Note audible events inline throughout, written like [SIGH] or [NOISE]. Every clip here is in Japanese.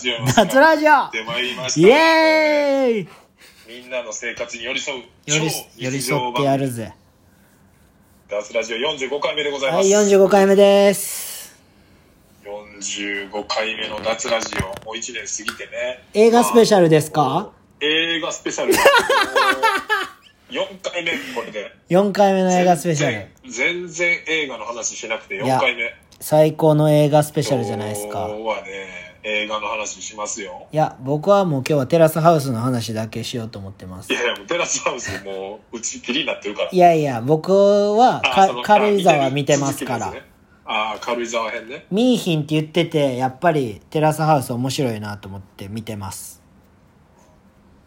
ジオ夏ラジ出オまいりましたイエーイみんなの生活に寄り添う寄り寄り添ってやるぜ。ダスラジオ45回目でございはまい、す、 45回目です。 45回目の夏ラジオもう1年過ぎてね映画スペシャャルですか映画スペシャ [LAUGHS] ルもう4回目これで ?4 回目の映画スペシャル。全然全然映画の話しなくていや4回目最高の映画スペシャルじゃないですか。今日はね映画の話しますよいや、僕はもう今日はテラスハウスの話だけしようと思ってますい。やいやもうテラスハウスもう打ち切りになってるからいやいや、僕はあそかの軽井沢る見てます続からきのやつ。ねああ軽井沢編ね見いひんって言ってて、やっぱりテラスハウス面白いなと思って見てます。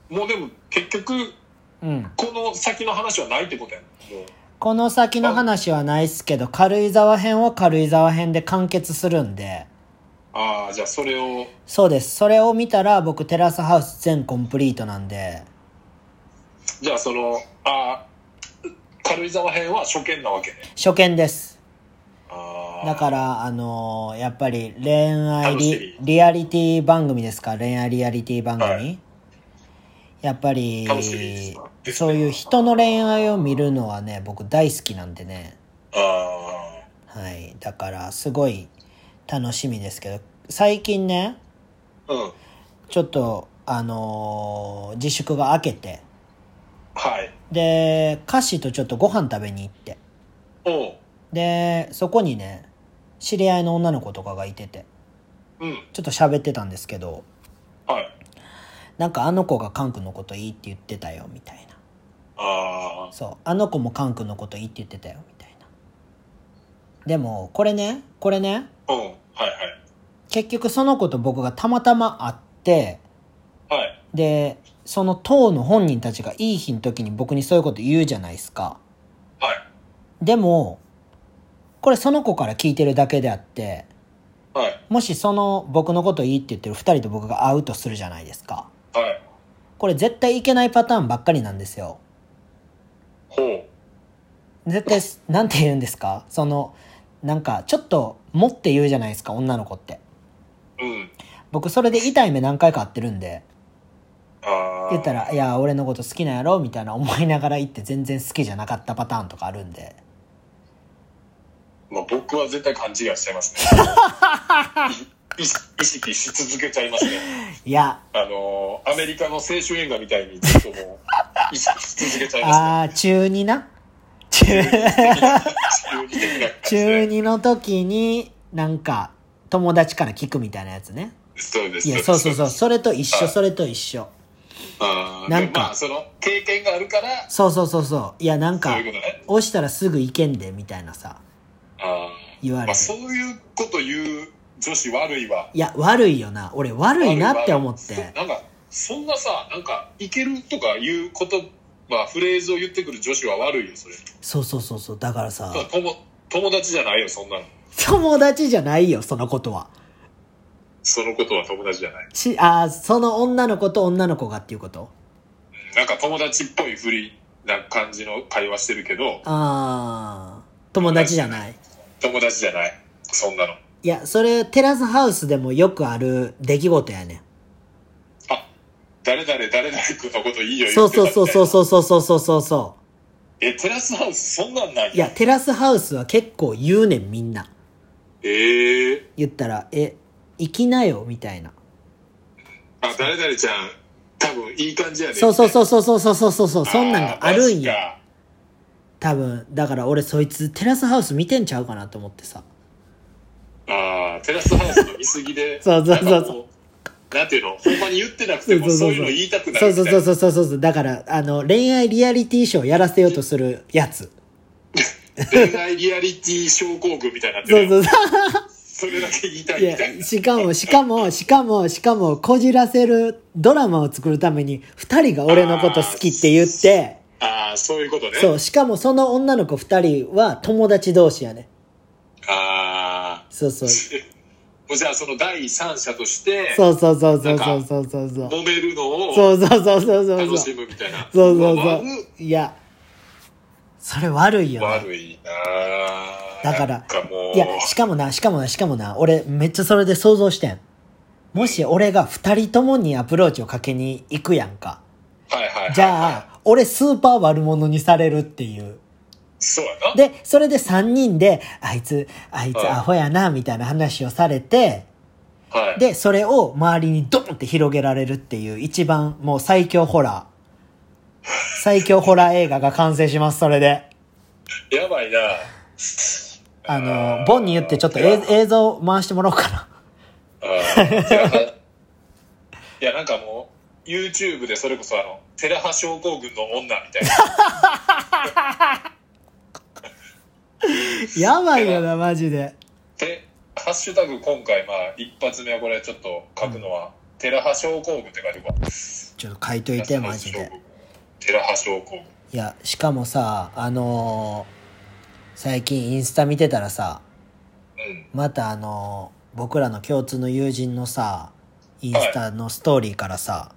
もうでも結局うん。この先の話はないってことやんもうこの先の話はないっすけど、軽井沢編は軽井沢編で完結するんで、ああじゃあそれをそうです。それを見たら僕テラスハウス全コンプリートなんで、じゃあそのああ軽井沢編は初見なわけね初見です。ああだから、あのーやっぱり恋愛楽しリリアリティ番組ですか恋愛リアリティ番組、はいやっぱり楽しみですかですねそういう人の恋愛を見るのはね僕大好きなんでねあはいだからすごい楽しみですけど最近ねあうんちょっとあのー自粛が明けてはいで歌詞とちょっとご飯食べに行っておうでそこにね知り合いの女の子とかがいててうんちょっと喋ってたんですけどはいなんかあの子がカン君のこといいって言ってたよみたいなああそうあの子もカン君のこといいって言ってたよみたいなでもこれねこれねうんはいはい結局その子と僕がたまたま会ってはいでその当の本人たちがいい日の時に僕にそういうこと言うじゃないですかはいでもこれその子から聞いてるだけであってはいもしその僕のこといいって言ってる2人と僕が会うとするじゃないですかはいこれ絶対いけないパターンばっかりなんですよほ絶対すなんて言うんですかそのなんかちょっと「も」って言うじゃないですか女の子ってううん僕それで痛い目何回か合ってるんでああ言ったら「いや俺のこと好きなんやろ」みたいな思いながら行って全然好きじゃなかったパターンとかあるんでまあ、僕は絶対勘違いしちゃいます [LAUGHS] ねい意識し続けちゃいますねいやあのーアメリカの青春映画みたいにずっともう意識し続けちゃいますねあー中2な中中二的な感じ中で2の時になんか友達から聞くみたいなやつねそうですいやそうそうそううそれと一緒はいそれと一緒ななんんかか、まあ、その経験があるからそうそうそうそういやなんそうかいうことね押したらすぐ行けんでみたいなさあー言われるまあ、そういうこと言う女子悪いわいや、悪いよな。俺悪いなって思っ悪いわて。なんかそんなさなんかいけるとかいうことまあフレーズを言ってくる女子は悪いよそれそうそうそうそう。だからさ、友友達じゃないよそんなの友達じゃないよ、そのことは。そのことは友達じゃないし、あーその女の子と女の子がっていうことなんか友達っぽいふりな感じの会話してるけどあー友達じゃない。友達じゃないそんなのいや、それ、テラスハウスでもよくある出来事やねあ誰々誰々君のこといいよ言ん。そうってたそうそうそううそうそうそうそうそうそえテラスハウスそんなんなう。いいや、テラスハウスは結構言うねん、みんな。ええ言ったら、え、行きなよ、みたいな。あ誰々ちゃん多分いい感じやねそうそううそうそうそうそうそうそう。そんなんがあるんや。や多分だから俺そいつテラスハウス見てんちゃうかなと思ってさあーテラスハウスの見過ぎで [LAUGHS] そうそうそうそうなんかもうなんていうのほんまに言ってなくてもそういうの言いたくなるそうみたそいうなそうそうそうそうそうだからあの恋愛リアリティショーやらせようとするやつ恋愛リアリティ症候群みたいになってそうるそやんうそそれだけ言いたういいみたいやなしかもしかもしかもしかもこじらせるドラマを作るために2人が俺のこと好きって言ってああそういうことねそうしかもその女の子2人は友達同士やねああそうそうもうじゃあその第三者としてそうそうそうそうそうそうそうそう揉めるのをそうそうそうそうそう楽そしうむみたいなそうそうまあそ悪いういやそれ悪いよな悪いなあだからなんかもういや、しかもな、しかもな、しかもな、俺めっちゃそれで想像してん。もし俺が二人ともにアプローチをかけに行くやんか。はいはいはい。じゃあ、俺スーパー悪者にされるっていう。そうやな。で、それで三人で、あいつ、あいつうんアホやな、みたいな話をされて、はい。で、それを周りにドンって広げられるっていう一番もう最強ホラー。最強ホラー映画が完成します、それで。やばいな。あの、ボンに言ってちょっと映映像回してもらおうかな。あ [LAUGHS] ーいやいや、なんかもう、YouTube でそれこそあの、テラハ症候群の女みたいな。 [LAUGHS] やばいよな、マジで。で、ハッシュタグ今回、まあ、一発目はこれちょっと書くのは、テラハ症候群って書いておくわ。ちょっと書いといて、マジで。。テラハ症候群。いや、しかもさ、あのー最近インスタ見てたらさ、うん。またあのー僕らの共通の友人のさ、インスタのストーリーからさ、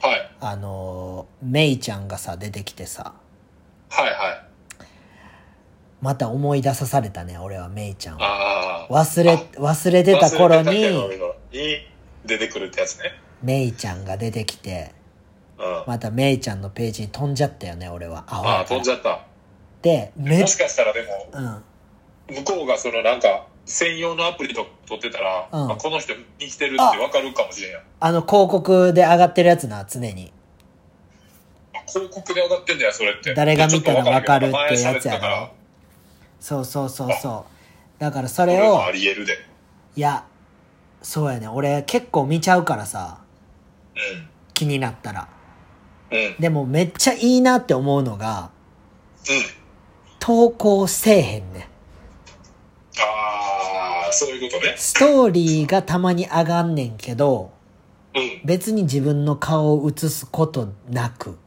はい。あのーメイちゃんがさ、出てきてさ、はいはい。また思い出さされたね、俺はメイちゃんを。ああ。忘れ、忘れてた頃忘れてたけに、どに出てくるってやつね。メイちゃんが出てきて、うん。あまたメイちゃんのページに飛んじゃったよね、俺は。アホあやー、か飛んらじゃった。で、めっもしかしたらでも、うん。向こうがそのなんか専用のアプリと撮ってたら、うんまあ、この人生きてるって分かるかもしれんやんあの、広告で上がってるやつな、常に。広告で上がってんだよそれって誰が見たら分かるっていうやつちょやと分かろるそうそうそうそう。だからそけど前喋ってたからこれれをはあ、りえるでいや、そうやね。俺結構見ちゃうからさ、気になったら。うんうんうんでもめっちゃいいなって思うのが、投稿せえへんね。ああそういうことねストーリーがたまに上がんねんけど、うん別に自分の顔を映すことなく、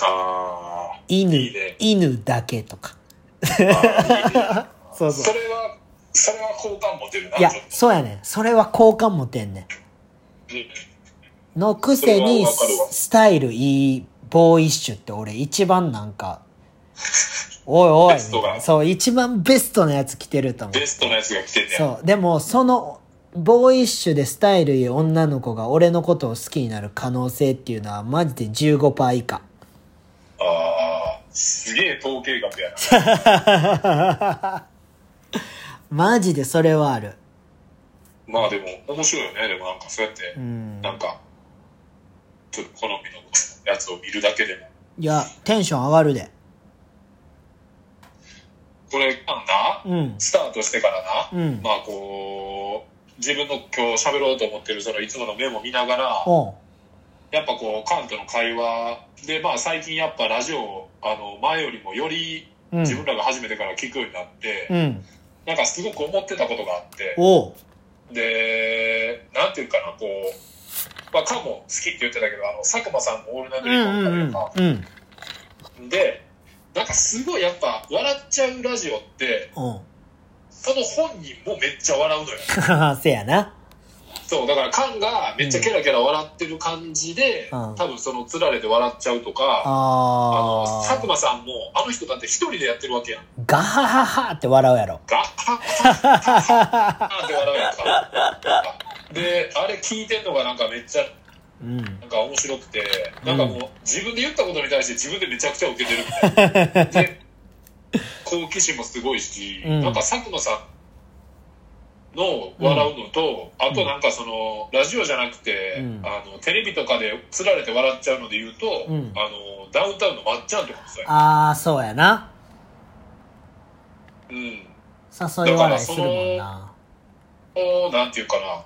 あ犬、いいね犬だけとか。ーあーいいね [LAUGHS] そうそれはそれは好感持てるないやちょっ、とそうやねん。それは好感持てんねうんん。のくそれせに、はわかるわスタイルいいボーイッシュって俺一番なん [LAUGHS] か、おいおいベストみがたいな、そう、一番ベストなやつ着てると思う。ベストなやつが来てんねやそう。でも、その、ボーイッシュでスタイルいい女の子が俺のことを好きになる可能性っていうのはマジで15%以下。ああすげえ統計学や [LAUGHS] なマジでそれはある。まあでも面白いよねでもなんかそうやって、うん。なんか、ちょっと好みのやつを見るだけでも。いや、テンション上がるで。これ、あんな、うん。スタートしてからな、うんまあこう、自分の今日喋ろうと思ってるそのいつものメモ見ながら、おう。やっぱこう、カンとの会話で、まあ最近やっぱラジオ、あの、前よりもよりうん。自分らが初めてから聞くようになって、うん。なんかすごく思ってたことがあって、おう。で、なんていうかな、こう、まあカンも好きって言ってたけど、あの、佐久間さんもオールナイトうニッんポンうとんいううんか、。うん。でなんかすごいやっぱ笑っちゃうラジオってうん。その本人もめっちゃ笑うのよ [LAUGHS] せやな。そうだからカンがめっちゃケラケラ笑ってる感じで、うん多分そのつられて笑っちゃうとか、あのあ佐久間さんもあの人だって一人でやってるわけやんー。ガハハハって笑うやろ。ガッハッハッハッって笑うやんかであれ聞いてんのがなんかめっちゃうん。なんか面白くて、なんかもう自分で言ったことに対して自分でめちゃくちゃ受けてるみた [LAUGHS] いな。で、好奇心もすごいし、うんなんか佐久間さんの笑うのと、あとなんかその、ラジオじゃなくて、うんあの、テレビとかで釣られて笑っちゃうので言うと、うんあの、ダウンタウンのまっちゃんとかもそうや。あー、そうやな。うん。誘い笑いするもんな。こうなんていうかな、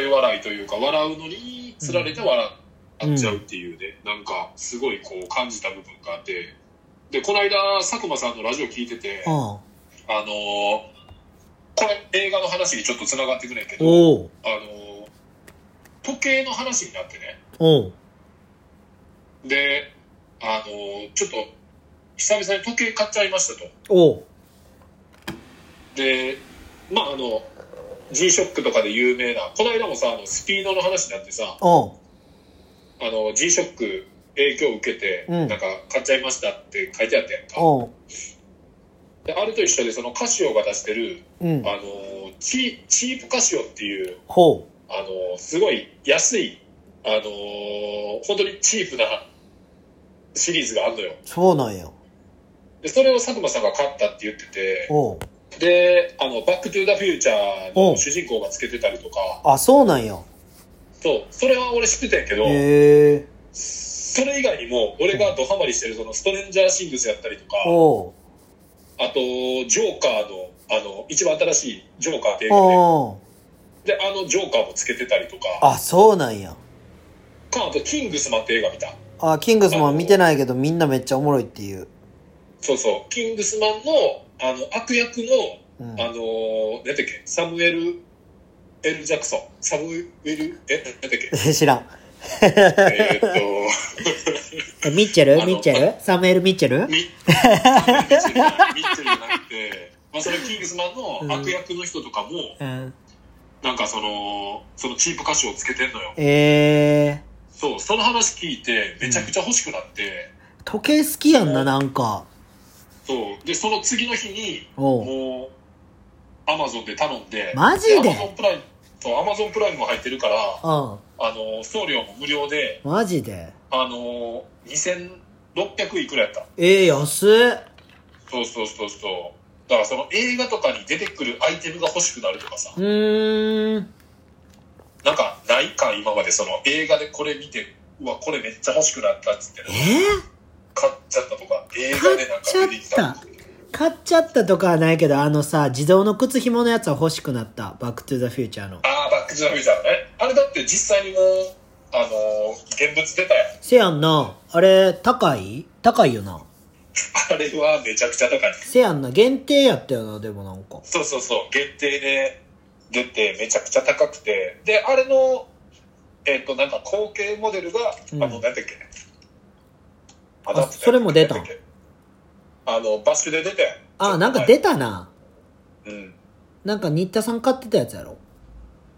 誘い笑いというか、笑うのに釣られて笑っちゃうっていうね、なんかすごいこう感じた部分があって、で、この間、佐久間さんのラジオ聞いてて、うあん。のーこれ映画の話にちょっとつながってくねんけど、おう。あのー時計の話になってね、おう。で、あのーちょっと久々に時計買っちゃいましたと。おう。で、まああの、G-SHOCK とかで有名な、この間もさ、あのスピードの話になってさ、おう。あの G ショック影響を受けて、うんなんか買っちゃいましたって書いてあったやんかおう。であれと一緒でそのカシオが出してる、うんあ。のチチープカシオっていう、ほう。あのすごい安い、あの本当にチープなシリーズがあるのよ。そうなんよ。で、それを佐久間さんが買ったって言ってて、おう。で、あの、バックトゥーザフューチャーの主人公がつけてたりとか、あ、そうなんよ。そう、それは俺知ってたんやけど、へえ。それ以外にも、俺がドハマりしてるそのストレンジャーシングスやったりとか、おう。あと、ジョーカーの、あの、一番新しいジョーカーっていうのおう。で、で、あのジョーカーもつけてたりとか、あ、そうなんや。か、あと、キングスマンって映画見た。あ、キングスマン見てないけどみんなめっちゃおもろいっていう。そうそう、キングスマンの、あの、悪役の、うん。、あのー、なんだっけ、サムエル、エル・ジャクソン。サムエル、え、なんだっけ [LAUGHS] 知らん。えーっと、えミッチェルあのミッチェルサムエル・ミッチェルミッミッチェルじゃないミッチェルじゃなくて、まあ、そのキングスマンの悪役の人とかも、うん。なんかその、そのチープ歌手をつけてんのよ。えー。そう、その話聞いて、めちゃくちゃ欲しくなって、時計好きやんな、なんか。そう、で、その次の日に、おう。もう、アマゾンで頼んで、マジでアマゾンプライム、そう、アマゾンプライムも入ってるから、うん。あの、送料も無料で、マジで。あの、2600いくらやった。えー、安っ。そうそうそうそう。だからその映画とかに出てくるアイテムが欲しくなるとかさ、うーん。なんかないか今までその映画でこれ見て、うわ、これめっちゃ欲しくなったっつってえ、ー買っちゃったとか、映画でなんか出てきたとか。買っちゃったとかはないけど、あのさ、自動の靴紐のやつは欲しくなった。バックトゥザフューチャーの。ああ、バックジャフューチャーね。あれだって実際にもう、あのー現物出たやん。せやんな。あれ、高い高いよな。あれはめちゃくちゃ高い。せやんな。限定やったよな、でもなんか。そうそうそう、限定で出てめちゃくちゃ高くて。で、あれの、えっ、と、なんか後継モデルが、うんあの、なんだっけ。あアダプターそれも出たんなんだっけあの、バッシュで出たやん。あ、なんか出たな。うん。なんか新田さん買ってたやつやろ。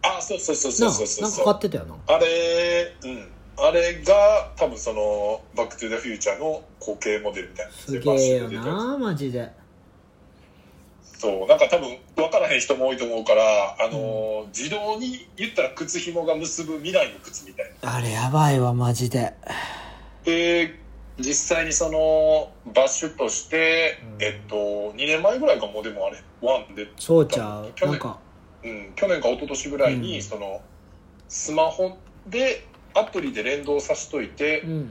あーそうそうそうそなうそうそうなんか買ってたよな。あれ、うん。あれが、多分その、バックトゥザフューチャーの後継モデルみたいな。すげえよな、マジで。そう、なんか多分分からへん人も多いと思うから、あのー自動に言ったら靴紐が結ぶ未来の靴みたいな。あれやばいわ、マジで。で、実際にその、バッシュとして、うんえっと、2年前ぐらいかもうでもあれ、ワンで、そうちゃう。去な年んか、うん、去年か一昨年ぐらいに、うんその、スマホで、アプリで連動させといてう、ん。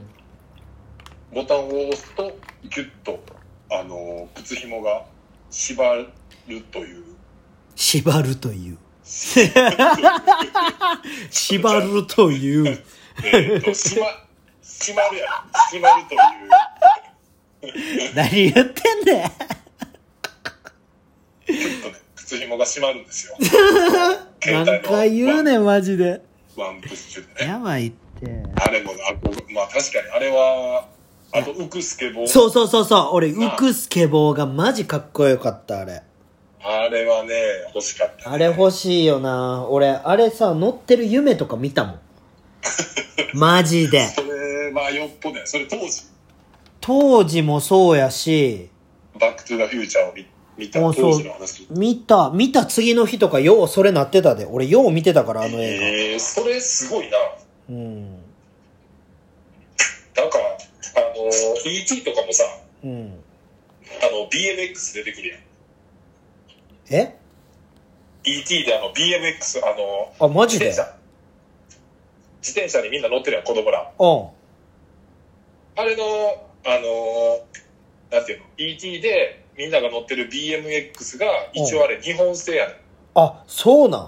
ボタンを押すと、ギュッと、あのー靴紐が縛るという。縛るという。縛るという。 [LAUGHS] えっと、しま、しまるやろ。しまるという。何言ってんねん。ちょっとね、靴紐が締まるんですよ。何回言うねん、マジで。ワンワンプッシュでね。やばいって。あれも、あこまあ確かに、あれは、あと、浮くスケボー。そうそうそうそう。俺、浮くスケボーがマジかっこよかった、あれ。あれはね、欲しかった、あれ欲しいよな。俺、あれさ、乗ってる夢とか見たも [LAUGHS] ん。マジで。それはよっぽどね、それ当時、当時もそうやし、バックトゥザフューチャーを見見たあ当そう時の話。見た、見た次の日とかようそれなってたで。俺よう見てたから、あの映えー、それすごいな。画。うん。なんか、あの、E2 とかもさ、うん。あの、BMX 出てくるやん。え ET であの、BMX、あの、あ、マジ自で転車。自転車にみんな乗ってるやん、子供ら。うん。あれの、あのーなんていうの、ET でみんなが乗ってる BMX が一応あれ日本製やあ、そうな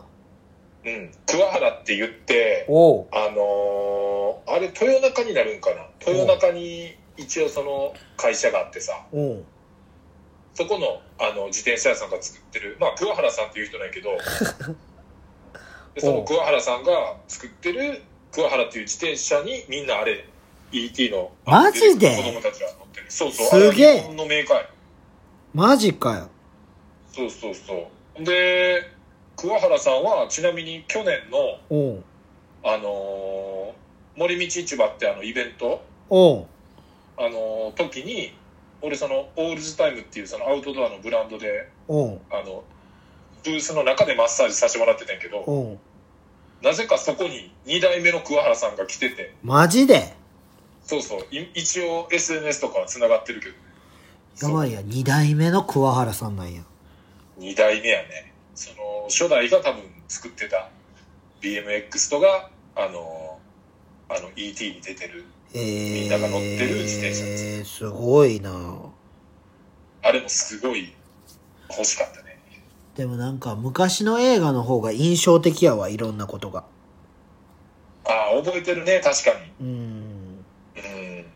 ん。ねん。うん。桑原って言って、おう。あのーあれ豊中になるんかな。豊中に一応その会社があってさ、うん。そこのあの自転車屋さんが作ってる、まあ桑原さんっていう人なんやけ [LAUGHS] ど、でその桑原さんが作ってる桑原っていう自転車にみんなあれ、ET のあのマジで出てくる子供たちが乗ってる。そうそう。あれはすげえ日本のメーカーやマジかよ。そうそうそう。で、桑原さんはちなみに去年の、おう。あのー森道市場ってあのイベント、おう。あのー時に、俺そのオールズタイムっていうそのアウトドアのブランドで、おう。あの、ブースの中でマッサージさせてもらってたんやけど、おうなぜかそこに2代目の桑原さんが来てて、マジでそうそう、い一応 SNS とかは繋がってるけど、やばいや、二代目の桑原さんなんや。 2代目やね。その、初代が多分作ってた BMX とか、あの、あの ET に出てる。えー、みんなが乗ってる自転車ですごいなあれもすごい欲しかったね。でもなんか昔の映画の方が印象的やわ、いろんなことが。ああ、覚えてるね、確かうん。に。うん。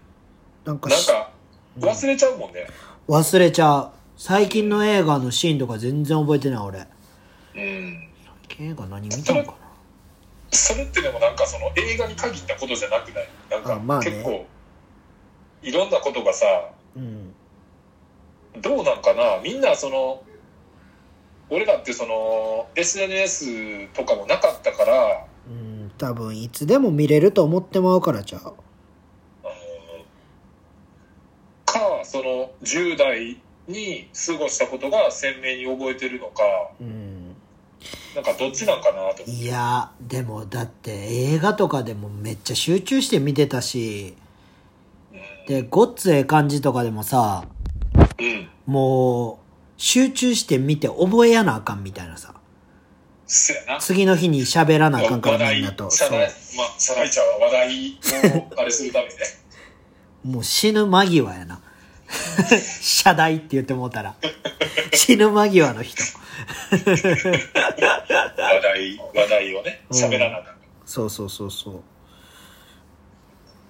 なんかしなんか、忘れちゃうもんね。忘れちゃう。最近の映画のシーンとか全然覚えてない俺。うん。最近映画何見たのかそれってでもなんかその映画に限ったことじゃなくないなんあまあかね結構、いろんなことがさ、なうん。どうなんかなみんなその、俺らってその SNS とかもなかったから、うん、多分いつでも見れると思ってまうからちゃう。あのかその10代に過ごしたことが鮮明に覚えてるのかうん。なんかどっちなんかなと思っていや、でもだって映画とかでもめっちゃ集中して見てたし、で、ごっつええ感じとかでもさ、うんもう、集中して見て覚えやなあかんみたいなさ。そやな次の日に喋らなあかんか話ら題みんなと。社そ内う。まあ社内ちゃんは話題をあれするた [LAUGHS] めにねもう死ぬ間際やな。 [LAUGHS] 謝罪って言ってもうたら。死ぬ間際の人。 [LAUGHS] 話題話題をねうん喋らなあかんそうそうそうそう。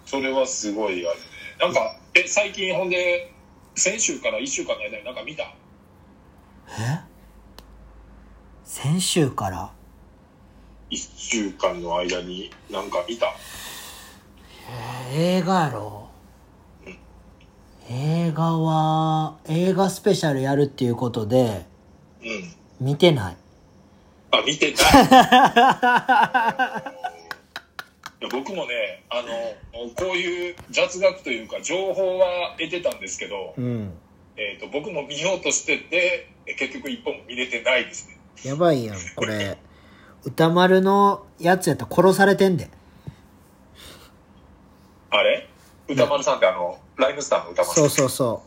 それはすごいあれねなんかえ最近ほんで先週から1週間の間になんか見たえ先週から1週間の間になんか見た映画やろ映画は映画スペシャルやるっていうことでうん見てないあ、見てない。い [LAUGHS] や僕もね、あの、こういう雑学というか、情報は得てたんですけど、うんえっ、と、僕も見ようとしてて、え結局一本も見れてないですね。やばいやんこれ歌丸のやつやったら殺されてんであれ歌丸さんってあの、ライムスターの歌丸さん。そうそうそ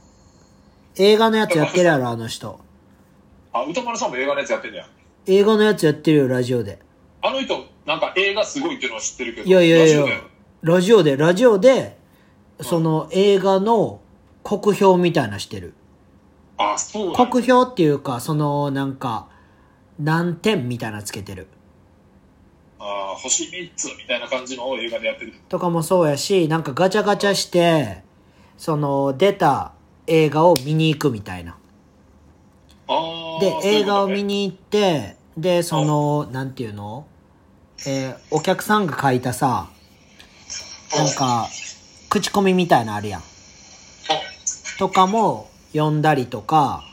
う映画のやつやってるやろあの人あ、歌丸さんも映画のやつやってんじゃん。映画のやつやってるよラジオであの人、なんか映画すごいっていうのは知ってるけど、いやいやいラジオだやよラジオでラジオでその映画の酷評みたいなしてるあ、そうなんや酷評っていうかそのなんか何点みたいなつけてるあー、星3つみたいな感じのを映画でやってる。とかもそうやしなんかガチャガチャしてその出た映画を見に行くみたいなああ。でそうい映うことね画を見に行ってでそのなんていうの、えーお客さんが書いたさなんか口コミみたいなあるやんとかも読んだりとか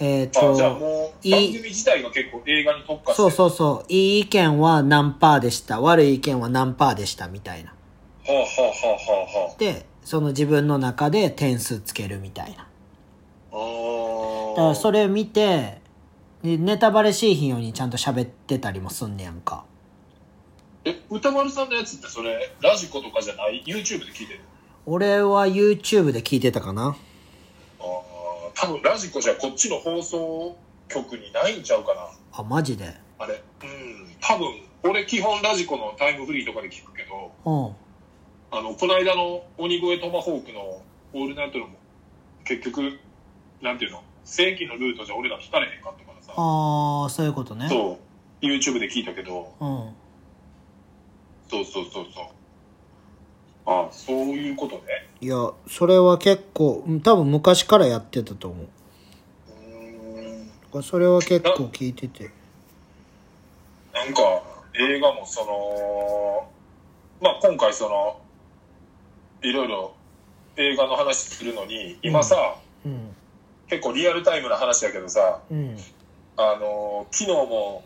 えっ、あじゃあともうい番組自体が結構映画に特化してそうるそうそういい意見は何パーでした悪い意見は何パーでしたみたいなはあはあはあはでその自分の中で点数つけるみたいなあはあだからそれれ見てでネタバレしいひんようにちゃんと喋ってたりもすんねやんかえ歌丸さんのやつってそれラジコとかじゃない YouTube で聞いてる俺は YouTube で聞いてたかなああ多分ラジコじゃこっちの放送局にないんちゃうかなあマジであれうん多分俺基本ラジコのタイムフリーとかで聞くけどうんあのこの間の鬼越トマホークの「オールナイトの」も結局なんていうの正規のルートじゃ俺ら聞かれへんかったからさああそういうことねそう YouTube で聞いたけどうんそうそうそうそう。あそういうことね。いやそれは結構うん多分昔からやってたと思ううん。だからそれは結構聞いててなんか、映画もその、まあ今回その、いろいろ映画の話するのに、今さ、うん結構リアルタイムな話だけどさ、うんあの、昨日も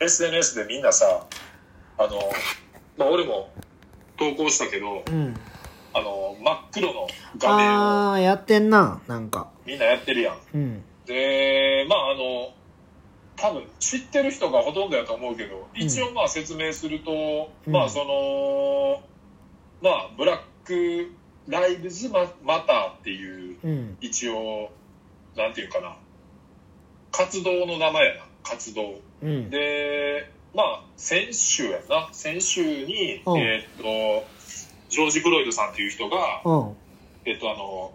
SNS でみんなさ、あの、まあ俺も投稿したけど、うんあの、真っ黒の画面をああやってんななんかみんなやってるやん。うんで、まあ、あの、多分知ってる人がほとんどやと思うけど、一応まあ説明すると、うんまあそのまあブラック・ライブズマ・マターっていううん。一応なんていうかな活動の名前やな活動うん。でまあ先週やな先週に、うんえーっとジョージ・フロイドさんっていう人が、うん。えっとあの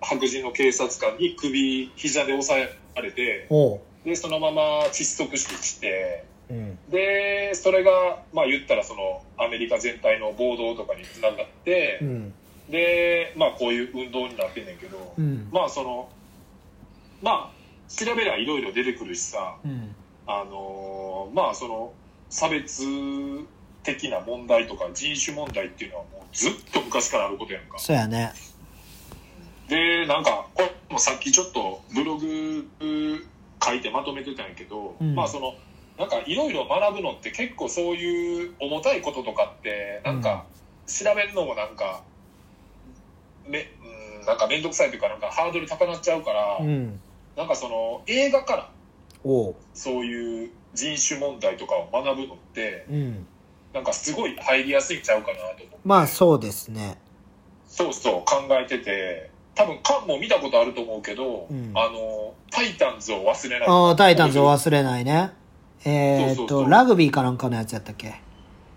白人の警察官に首膝で押さえられておう。でそのまま窒息してきてうん。でそれがまあ言ったらそのアメリカ全体の暴動とかにつながって、うん。でまあこういう運動になってんねんけど、うん。まあそのまあ調べりゃいろいろ出てくるしさうん。あのーまあその差別的な問題とか人種問題っていうのはもうずっと昔からあることやんかそうやね。でなんかこれもさっきちょっとブログ書いてまとめてたんやけど、うんまあそのなんかいろいろ学ぶのって結構そういう重たいこととかってなんか調べるのもなんかめうんなんか面倒くさいというかなんかハードル高なっちゃうから、うん。なんかその映画からおう。そういう人種問題とかを学ぶのってうん。なんかすごい入りやすいんちゃうかなと思ってまあそうですね。そうそう考えてて多分カンも見たことあると思うけど、うんあの「タイタンズ」を忘れないああ、タイタンズを忘れないね。えそーっうそうと、そうラグビーかなんかのやつやったっけ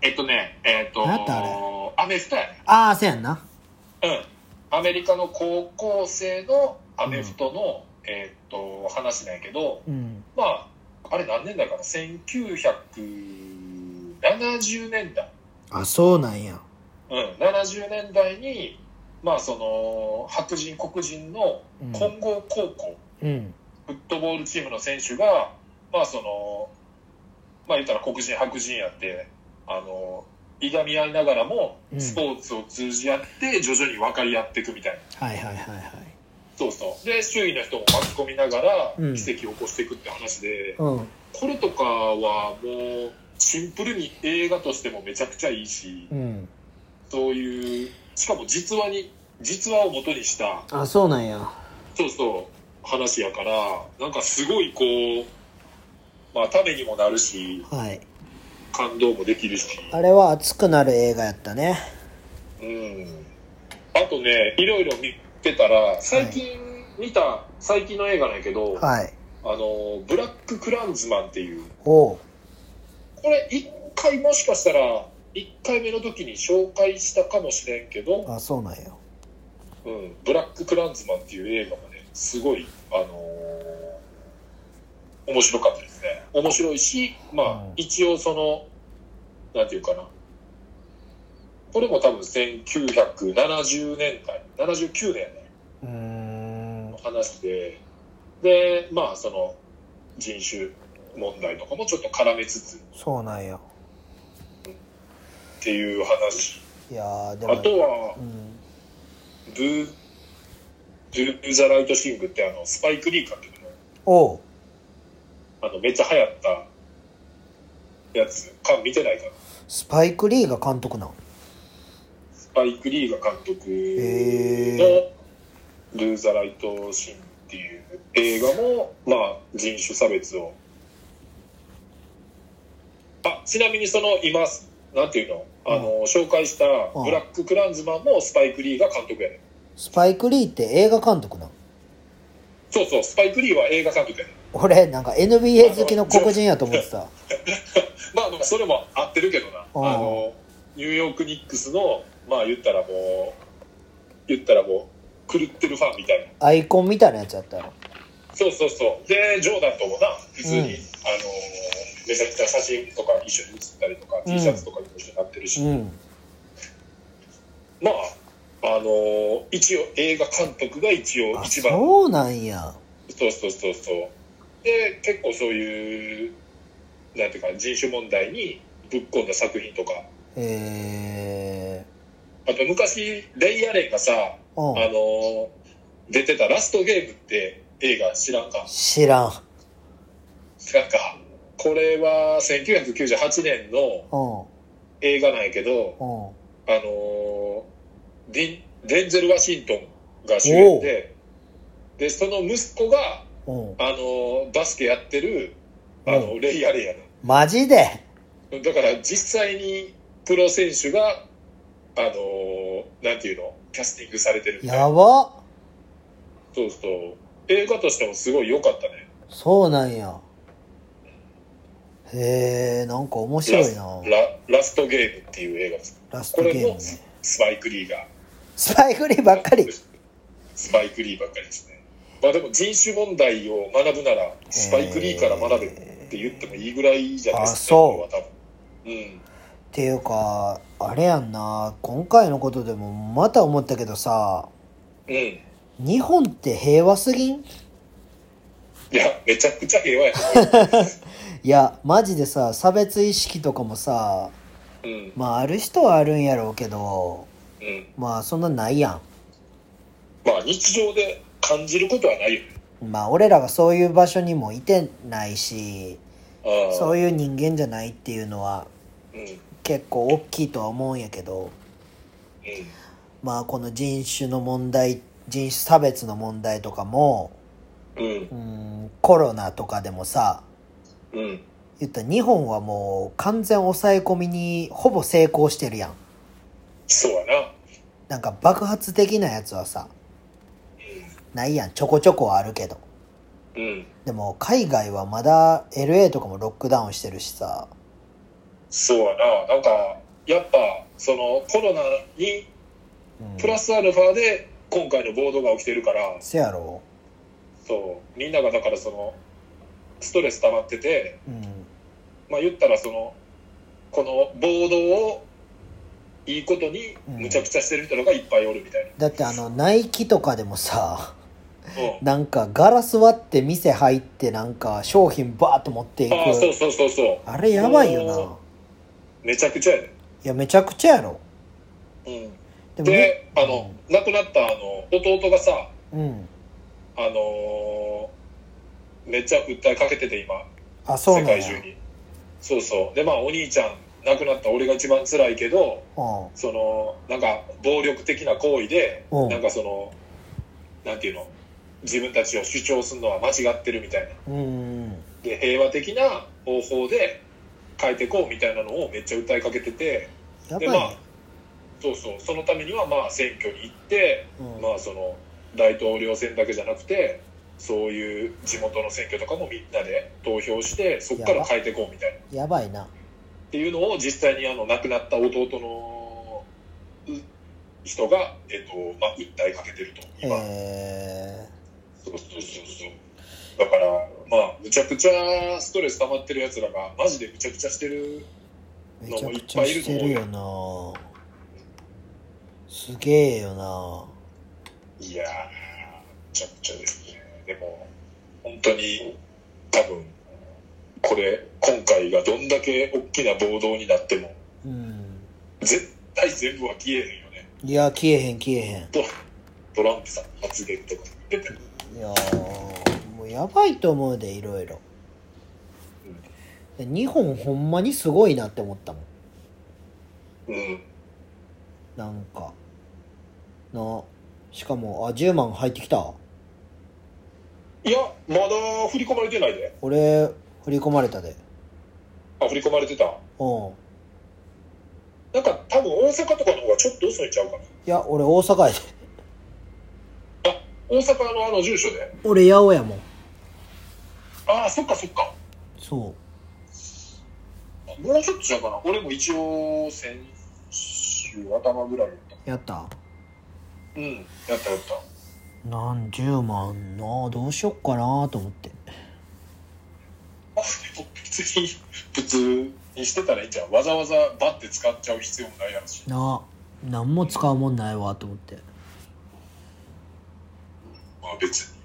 えっとねえっとなんやったあれアメフトやねああ、そうやんな。うんアメリカの高校生のアメフトの、えっと話なんやけどうん。まああれ何年代かな1970年代あ、そうなんや。うん、70年代に、まあ、その白人黒人のうん。混合高校、うん。フットボールチームの選手が、まあそのまあ、言ったら黒人白人やってあのいがみ合いながらもうんスポーツを通じ合って徐々に分かり合っていくみたいな、はいはいはいはい。そうそうで周囲の人も巻き込みながらうん奇跡を起こしていくって話で、うん。これとかはもうシンプルに映画としてもめちゃくちゃいいし。うん。そういう、しかも実話に、実話を元にした、あ、そうなんや。そうそう、話やから、なんかすごいこう、まあ、ためにもなるし、はい。感動もできるし、あれは熱くなる映画やったね。うん。あとね、いろいろ見てたら、最近見た、最近の映画なんやけど、はい。あの、ブラック・クランズマンっていう、おう。これ一回もしかしたら、一回目の時に紹介したかもしれんけど、あ、そうなんや。うん、ブラック・クランズマンっていう映画もね、すごい、あのー面白かったですね。面白いし、まあ、うん一応その、なんていうかな。これも多分1970年代、79年代うーんの。話で、で、まあ、その、人種問題とかもちょっと絡めつつっそうなんや。ていう話。いやー、であも。とはう、ん。ドゥ、ドゥ・ザ・ライト・シングってあの、スパイク・リー監督のおう。あの、めっちゃ流行ったやつ、か見てないかな。スパイク・リーが監督なん。スパイク・リーが監督への、ルーザ・ライト・シンっていう映画も、まあ、人種差別を。あ、ちなみにその、今、なんていうの、あの、紹介したうんブラック・クランズマンもスパイク・リーが監督やねんスパイク・リーって映画監督なん。そうそう、スパイク・リーは映画監督やねん俺、なんか NBA 好きの黒人やと思ってた。まあ、でもそれも合ってるけどな、うんあのニューヨーク・ニックスの、まあ、言ったらもう、言ったらもう、狂ってるファンみたいアイコンみたいなやつやったよ。な、そうそうそう、で、ジョーダンともな、普通に、うんあのめちゃくちゃ写真とか一緒に写ったりとか、うん T シャツとかにも一緒になってるし、うん。まあ、あの一応、映画監督が一応、あ、一番、そうなんや。そうそうそうそう、で、結構そういう、なんていうか、人種問題にぶっ込んだ作品とか、えあと昔、レイ・アレンがさ、ー。うあのん。ー出てたラストゲームって映画知らんか知らん。知らんかこれは1998年のうん。映画なんやけど、うん。あのーディンデンゼル・ワシントンが主演で、で、その息子が、うん。あのーバスケやってるあの、レイヤーレイヤーマジでな。だから実際にプロ選手が、あのーなんていうの、キャスティングされてるみたいやな。ばそうそう。映画としてもすごい良かったね。そうなんや。へえ、なんか面白ラいスな。ララストゲームっていう映画です。ラストこゲれームもね。スパイクリーが。スパイクリーばっかり。スパイクリーばっかりですね。まあでも人種問題を学ぶなら、スパイクリーから学べって言ってもいいぐらいじゃないですか、あそこうれは多分。うん。っていうか、あれやんな。今回のことでもまた思ったけどさ、うん。い日本って平和すぎんや、めちゃくちゃ平和やね。いや、マジでさ、差別意識とかもさ、うん。まあある人はあるんやろうけど、うん。まあそんなないやまあ日常で感じることはないよね。ん。まあ俺らがそういう場所にもいてないし、ああ。そういいう人間じゃないっていうのはうん。うん。結構大きいとは思うんやけど、まあこの人種の問題、人種差別の問題とかも、うんう。ーん、コロナとかでもさ、うん。言ったら日本はもう完全抑え込みにほぼ成功してるやん。そうやな。なんか爆発的なやつはさ、ないやん。ちょこちょこはあるけど。うん。うん。でも海外はまだ LA とかもロックダウンしてるしさ。そうやな。なんか、やっぱ、そのコロナにうんプラスアルファで今回の暴動が起きてるから、せやろそうみんながだからそのストレス溜まっててうん。まあ言ったらそのこの暴動をいいことにむちゃくちゃしてる人のがいっぱいおるみたいだってあの、ナイキとかでもさ、な、うんなんかガラス割って店入ってなんか商品バーッと持っていく。ああそうそうそうそあれやばいようんな。うめちゃくちゃやね、いや、めちゃくちゃやろ。うでん、もねであの亡くなったあの弟がさうん。あのーめっちゃ訴えかけてて今あ、そうな世んや。界中にそうそうでまあお兄ちゃん亡くなった俺が一番辛いけどうん。そのなんか暴力的な行為で、うんなんかそのなんていうの自分たちを主張するのは間違ってるみたいなうんで平和的な方法で変えてこうみたいなのをめっちゃ訴えかけててやばい、でねまあそうそうそのためにはまあ選挙に行って、うんまあその大統領選だけじゃなくてそういう地元の選挙とかもみんなで投票してそこかやばら変えてこうみたいな。やばいなっていうのを実際にあの亡くなった弟のう人が、えっとまあ、訴えかけてると今、えそうそうそうそうだからまあむちゃくちゃストレス溜まってるやつらがマジでむちゃくちゃしてるー、めちゃくちゃしてるよなすげえよないやーむちゃくちゃですねでも本当に多分これ今回がどんだけ大きな暴動になってもうん絶対全部は消えへんよねいや消えへん消えへトトランプさんの発言とか出てんいやーもうやばいと思うでいろいろで日本ほんまにすごいなって思ったもんうんなんかなしかもあ10万入ってきたいや、まだ振り込まれてないで。俺振り込まれたであ、振り込まれてた。うんなんか多分大阪とかの方がちょっと遅いんちゃうかな。いや俺大阪やで [LAUGHS] 大阪のあの住所で。俺八百やもんああ、そっかそっか。そうもうちょっとちゃうかな。俺も一応先週頭ぐらいやった。やったうん、やったやった。何十万なあどうしよっかなあと思ってまあでも別に、普通にしてたらいいんちゃう。わざわざバッて使っちゃう必要もないやろし。なあ何も使うもんないわと思ってまあ別に。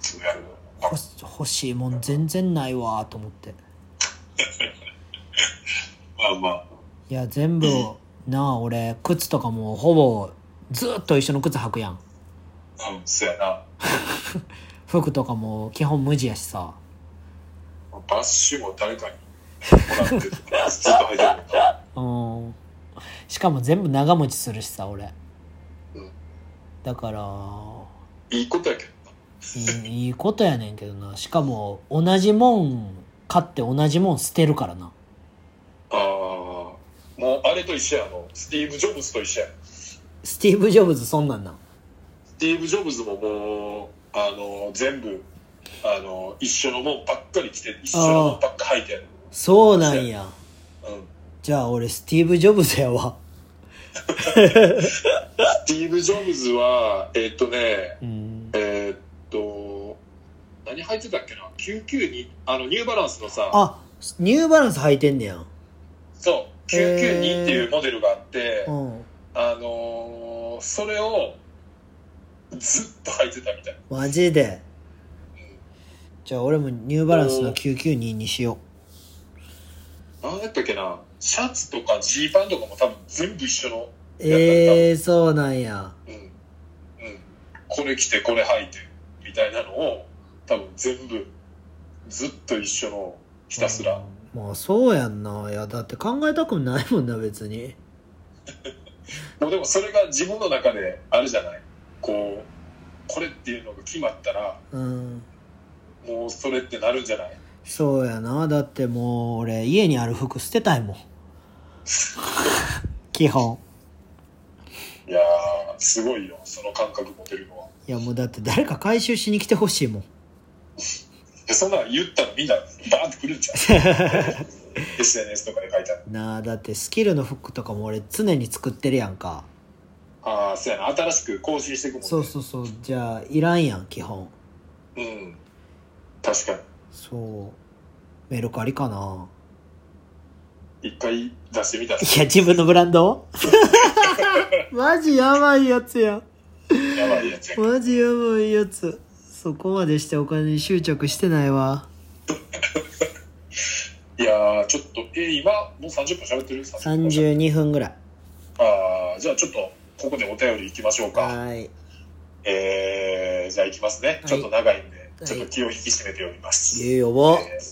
そうやる欲し欲しいもん全然ないわと思ってまあまあ。いや全部なあ俺靴とかもほぼずっと一緒の靴履くやんうん、そうやな。服とかも基本無地やしさバッシュも誰かにもらってたから、ずっと入ってるから。 [LAUGHS] うんしかも全部長持ちするしさ俺うんだからいいことやけどいいいいことやねんけどなしかも同じもん買って同じもん捨てるからなああもうあれと一緒やのスティーブ・ジョブズと一緒やスティーブ・ジョブズそんなんなんスティーブ・ジョブズももうあの全部あの一緒のもんばっかり着て一緒のもんばっか履いてるそうなんやうんじゃあ俺スティーブ・ジョブズやわスティーブ・ジョブズはえっとねうんえーっと何履いてたっけな99にあのニューバランスのさあニューバランス履いてんねやんそう992っていうモデルがあって、うんあのーそれをずっと履いてたみたいマジでじゃあ俺もニューバランスの992にしよなんやったっけなシャツとかジーパンとかも多分全部一緒のうええー、そうなんやうんうんこれ着てこれ履いてみたいなのを多分全部ずっと一緒のひたすらまあそうやんないやだって考えたくないもんな別にもうでもそれが自分の中であるじゃないこうこれっていうのが決まったらうんもうそれってなるんじゃないそうやなだってもう俺家にある服捨てたいもん [LAUGHS] 基本いやーすごいよその感覚持てるのはいやもうだって誰か回収しに来てほしいもんでそんなん言ったらみんなバーンってくるん [LAUGHS] じゃう SNS とかで書いたらなあだってスキルのフックとかも俺常に作ってるやんかああそうやな新しく更新していくもんねそうそうそうじゃあいらんやん基本うん確かそうメルカリかなに一回出してみたらいや自分のブランド [LAUGHS] マジやばいやつややばいやつやマジやばいやつそこまでしてお金に執着してないわいやーちょっとえー今もう30分喋ってる分32分ぐらいああじゃあちょっとここでお便り行きましょうかはいえー、じゃあ行きますね、いちょっと長いんで、ちょっと気を引き締めて読みます。言うよぼえー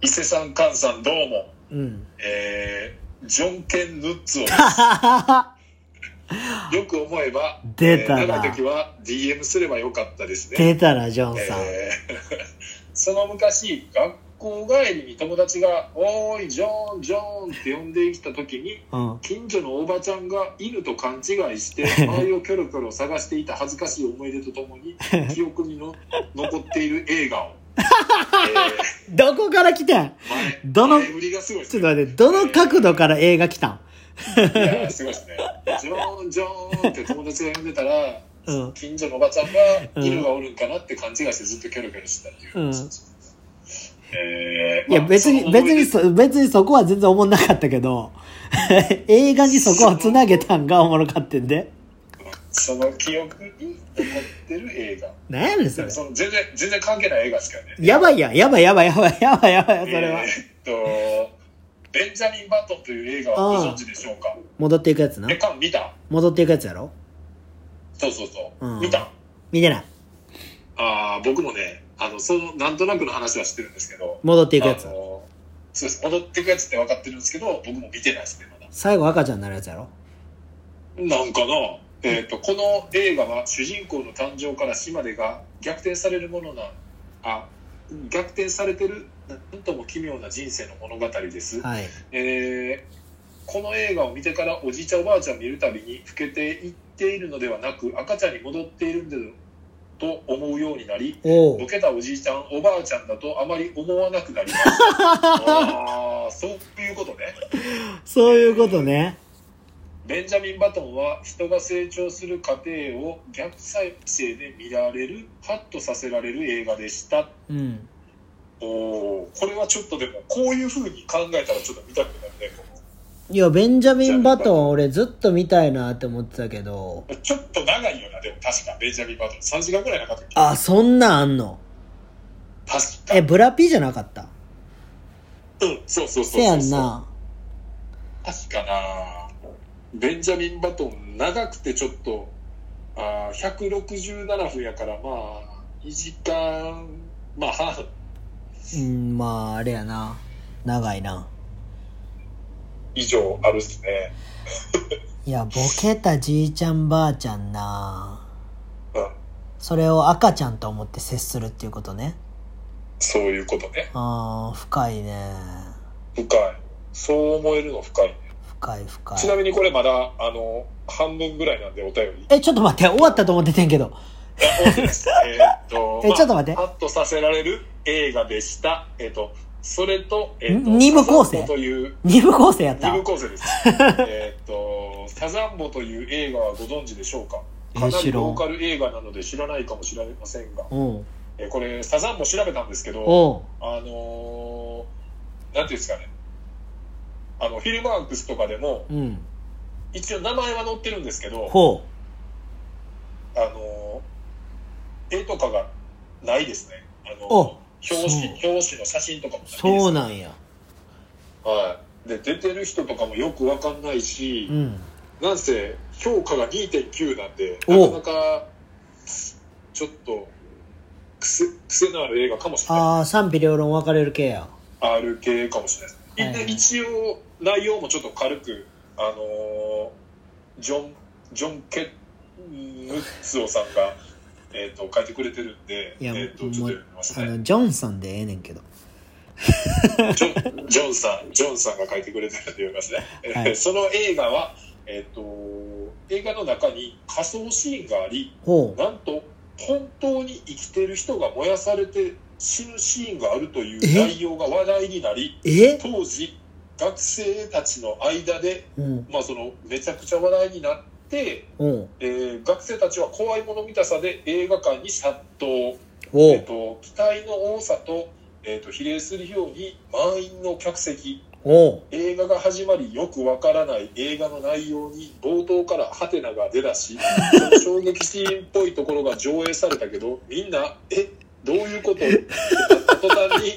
伊勢さん、菅さん、どうも。うんえー、ジョンケン・ヌッツを、よく思えば、 [LAUGHS] 出たなえー長い時は DM すればよかったですね。出たらジョンさん、えー [LAUGHS] その昔、学校帰りに友達が、おーい、ジョン、ジョンって呼んできた時に、うん近所のおばちゃんが犬と勘違い [LAUGHS] して周りをキョロキョロ探していた恥ずかしい思い出ととも [LAUGHS] に記憶にの残っている映画を、えどこから来てんー前どの前振りがすごいですちょっねと待ってどの角度から映画来たんいやーすごいですねジョーンジョーンって友達が呼んでたらうん近所のおばちゃんが犬がおるんかなって勘違いしてずっとキョロキョロしてたっていう、うんえーいやまあ別そにの別思い出にそ別にそこは全然おもんなかったけど [LAUGHS] 映画にそこをつなげたんがおもろかってんでその記憶に残ってる映画何やねんそれその全然全然関係ない映画ですからねやばいやんやばいやばいやばいやばいやばいそれえはーっと「ベンジャミン・バトン」という映画はご存知でしょうか戻っていくやつなえカン見た戻っていくやつやろそうそうそう、うん見た見てないああ僕もねあのそのなんとなくの話はしてるんですけど戻っていくやつあのそうです戻っていくやつって分かってるんですけど僕も見てないですねまだ最後赤ちゃんになるやつやろなんかなえーっとこの映画は主人公の誕生から死までが逆転されるものなあ逆転されてるなんとも奇妙な人生の物語ですはいえーこの映画を見てからおじいちゃんおばあちゃん見るたびに老けていっているのではなく赤ちゃんに戻っているんだと思うようになりお老うけたおじいちゃんおばあちゃんだとあまり思わなくなりますあーそういうことねそういうことねベンジャミン・バトンは人が成長する過程を逆再生で見られるハッとさせられる映画でしたうんおーこれはちょっとでもこういうふうに考えたらちょっと見たくなるねこいやベンジャミン・バトン俺ずっと見たいなって思ってたけどのちょっと長いよなでも確かベンジャミン・バトン3時間ぐらいなかったっけあそんなんあんの確かえブラピじゃなかったうんそうそうそうそうせやんな確かなベンジャミン・バトン長くてちょっとあー167分やからまあ2時間まあ半うんまああれやな長いな以上あるっすねいやボケたじいちゃんばあちゃんなうんそれを赤ちゃんと思って接するっていうことね。そういうことね。ああ、深いね。深い。そう思えるの深いね。深い深。ちないみにこれまだ、あの、半分ぐらいなんでお便 [LAUGHS] り。え、ちょっと待って、終わったと思っててんけど。えーっと、えちょっと待ってまあハッとさせられる映画でした。えーっと、それと、えーっと、ん二部構サ成ザンボという、二部構成やった二。部構成 [LAUGHS] です。えーっと、サザンボという映画はご存知でしょうかえかな知りらんローカル映画なので知らないかもしれませんが、おうえーこれ、サザンボ調べたんですけど、おうあのーなんていうんですかね、あの、フィルマークスとかでも、うん。一応名前は載ってるんですけど、ほあの絵とかがないですね。あのお表紙そう。表紙の写真とかもないうですそうなんや。はい。で出てる人とかもよくわかんないし、うん。なんせ評価が2.9なんでなおかなかちょっと癖癖のある映画かもしれない。ああ、賛否両論分かれる系や。 R 系かもしれないはいです。で一応内容もちょっと軽くあのージョンジョンケムッツオさんがえっ、と書いてくれてるんで、いや、えっ、とちょっとも読うみますあね。の、ジョンさんでええねんけど。ジョンジョンさん、ジョンさんが書いてくれてるんで読みますね。えーは [LAUGHS] いその映画は、えっ、と、映画の中に仮想シーンがあり、ほう。なんと、本当に生きてる人が燃やされて死ぬシーンがあるというえ内容が話題になり、え当時、学生たちの間で、うん。まあ、その、めちゃくちゃ話題になって、おうえー学生たちは怖いもの見たさで映画館に殺到。おえっうと、期待の多さと,、えっと比例するように満員の客席おう映画が始まりよくわからない映画の内容に冒頭からハテナが出だ [LAUGHS] しその衝撃シーンっぽいところが上映されたけどみんな「えどういうこと?」ってなった途端に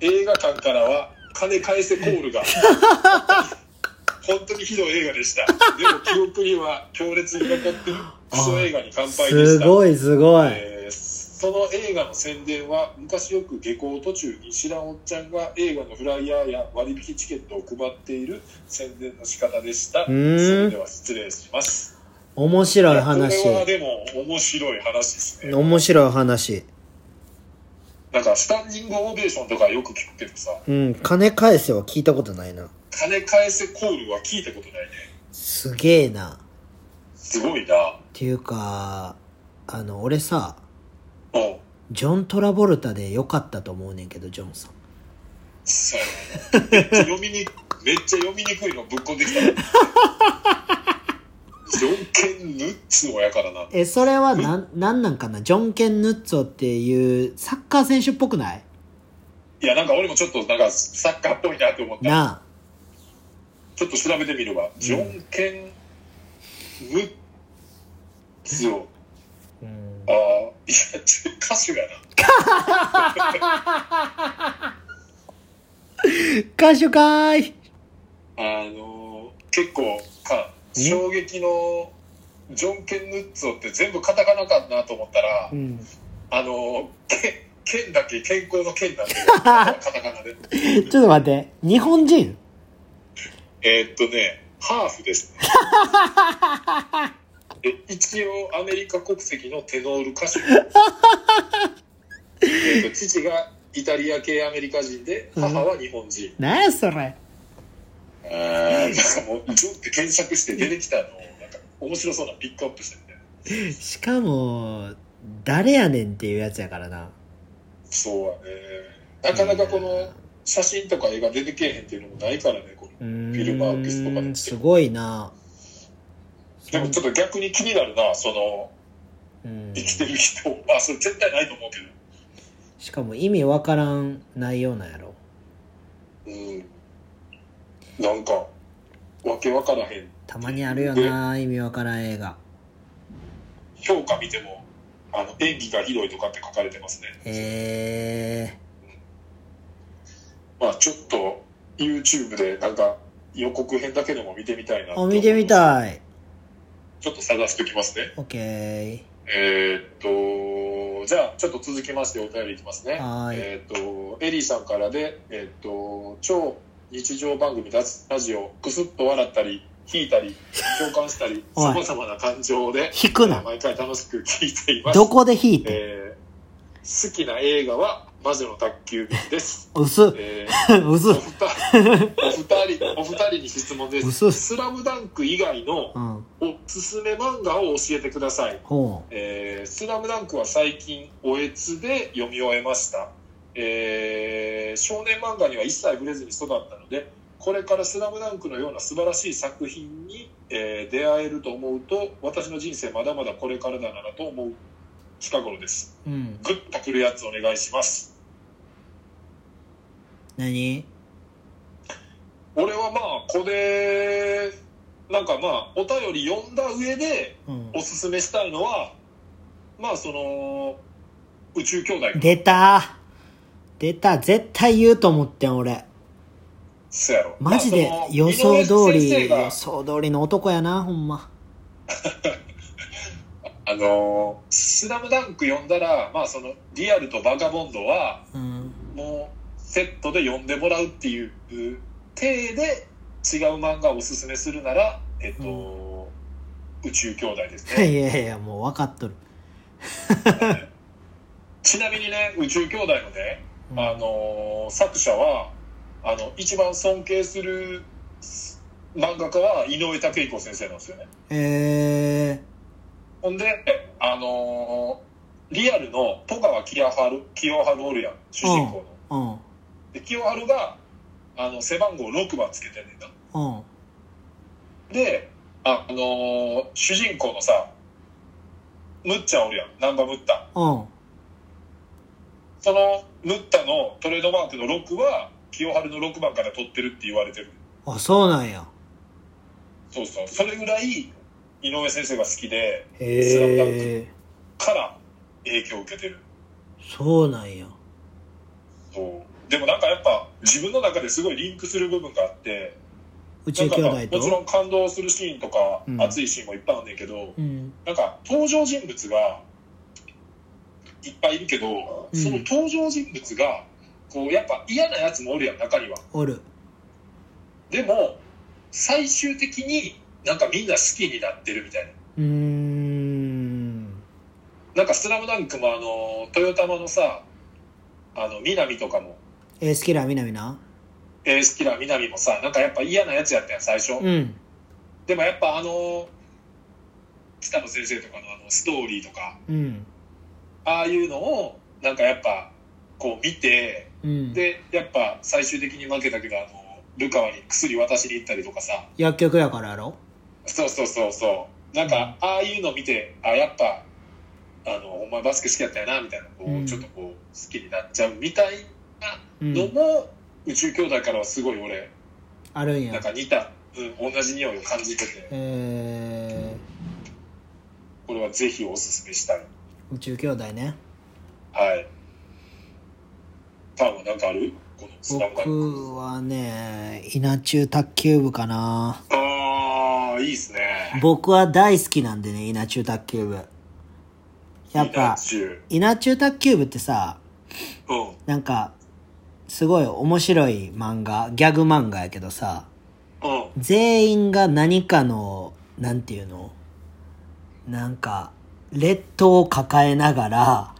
映画館からは金返せコー [LAUGHS] ルが。本当にひどい映画でした。でも記憶には強烈に残ってるクソ映画に乾杯ですした。ごいすごい。えーその映画の宣伝は昔よく下校途中に知らんおっちゃんが映画のフライヤーや割引チケットを配っている宣伝の仕方でしたうそーれんでは失礼します面白こいれは話。でも面白い話ですね面白い話。なんかスタンディングオベーションとかよく聞くけどさうん、金返せは聞いたことないな。金返せコールは聞いたことないねすげえな。っすごいなていうか、あの、俺さ、 [LAUGHS] うんジョン・トラボルタで良かったと思うねんけど、ジョンさん。そうめっちゃ読みにめっちゃ読みにくいのぶっこんできた条件ヌッツの親からなえ、それはなん、なんなんかなジョン・ケン・ヌッツォっていうサッカー選手っぽくないいや、なんか俺もちょっと、なんか、サッカーっぽいなって思った。なあ。ちょっと調べてみるわ。ジョンケン・ムッツを、ああ、いや、ちょ歌手やな。歌手かーいあのー結構か、うん衝撃の、ジョン・ケン・ヌッツォって全部カタカナかなと思ったら、うん。あのー、ケン、ケンだけ健康のケ [LAUGHS] ンなんで、カタカナで。ちょっと待って。日本人えーっとね、ハーフです [LAUGHS] ね。え一応、アメリカ国籍のテノール歌 [LAUGHS] 手。えーっと父がイタリア系アメリカ人で、うん母は日本人。なんやそれ。あーなんかもう、ジョンって検索して出てきたのを、なんか、面白そうなのピックアップしてみたいな。しかも、誰やねんっていうやつやからな。そうはね。なかなかこの、写真とか映画出てけえへんっていうのもないからね、これ。うーん、フィルマークスとかですごいな。でもちょっと逆に気になるな、その、うん生きてる人。あ、それ絶対ないと思うけど。しかも意味わからん内容なんやろ。うんなんか、わけわからへん。たまにあるよな、意味わからん映画。評価見ても、あの、演技がひどいとかって書かれてますね。えまあ、ちょっと、YouTube で、なんか、予告編だけでも見てみたいなー。あ、見てみたい。ちょっと探しておきますね。オッケー。えーっと、じゃあ、ちょっと続きましてお便りいきますね。はいえーっと、エリーさんからで、えーっと、超日常番組だラジオ、くすっと笑ったり、引いたり、共感したり、 [LAUGHS] おさいまざまな感情で、引くな。毎回楽しく聞いています。どこで引いてえー好きな映画は、魔女の宅急便です。薄 [LAUGHS] っ。えー薄おっ。二人、お二人、お二人に質問で嘘す。スラムダンク以外のうん。おすすめ漫画を教えてください。ほえースラムダンクは最近、おえつで読み終えました。えー少年漫画には一切触れずに育ったので、これからスラムダンクのような素晴らしい作品に、えー出会えると思うと、私の人生まだまだこれからだなと思う近頃です。う。うん。グッとくるやつお願いします。何俺はまあ、これ、なんかまあ、お便り読んだ上で、うん。おすすめしたいのは、まあその、宇宙兄弟かな出た出た絶対言うと思ってん、俺。そうやろマジでまあその予想通井上先生り、が予想通りの男やな、ほんま。あのースラムダンク」読んだら、まあ、そのリアルとバガボンドはうん。もうセットで読んでもらうっていう体で違う漫画をおすすめするなら、えっと宇宙兄弟です [LAUGHS] いやねいやいや、もう分かっとる。ちなみにね宇宙兄弟のね、うんあのー作者はあの一番尊敬する漫画家は井上武彦先生なんですよねえほんで、あのーリアルの戸川清春、清春おるやん、主人公の。ー、うん。で、清春が、あの、背番号6番つけてんねんな。うん。で、あのー主人公のさ、むっちゃんおるやん、ナンバむった。うん。その、むったのトレードマークの6は、清春の6番から取ってるって言われてる。あ、そうなんや。そうそう。それぐらい、井上先生が好きで、スラムダンへえ。から影響を受けてる。そうなんや。そう。でもなんかやっぱ、自分の中ですごいリンクする部分があって、宇な宙んか兄まあ弟もちろと。ん感動するシーンとか、うん熱いシーンもいっぱいあるんだけどうん。なんか登場人物がいっぱいいるけど、うんその登場人物がこうやっぱ嫌なやつもおるやん中にはおる。でも最終的になんかみんな好きになってるみたいなうーん。なんか「スラムダンクもあの豊玉のさあの南とかもえー、好きだ、みなみな。エースキラー南もさなんかやっぱ嫌なやつやったやん最初、うん。でもやっぱあの北野先生とかのあのストーリーとかうん。ああいうのをなんかやっぱこう見てうん。でやっぱ最終的に負けたけどあのルカワに薬渡しに行ったりとかさ薬局やからやろそうそうそうそうなんかああいうの見てあやっぱあのお前バスケ好きやったよなみたいなこう、うんちょっとこう好きになっちゃうみたいなうのん。も、宇宙兄弟からはすごい俺あるんなやん。か似た、うん、同じ匂いを感じててえこれはぜひおすすめしたいー、宇宙兄弟ね。はいパンは何かあるこのスラムダンク僕はね、稲中卓球部かな。ああいいっすね僕は大好きなんでね、稲中卓球部。やっぱ、中稲中卓球部ってさ、うん。なんか、すごい面白い漫画、ギャグ漫画やけどさ、うん。全員が何かの、なんていうのなんか、劣等を抱えながら、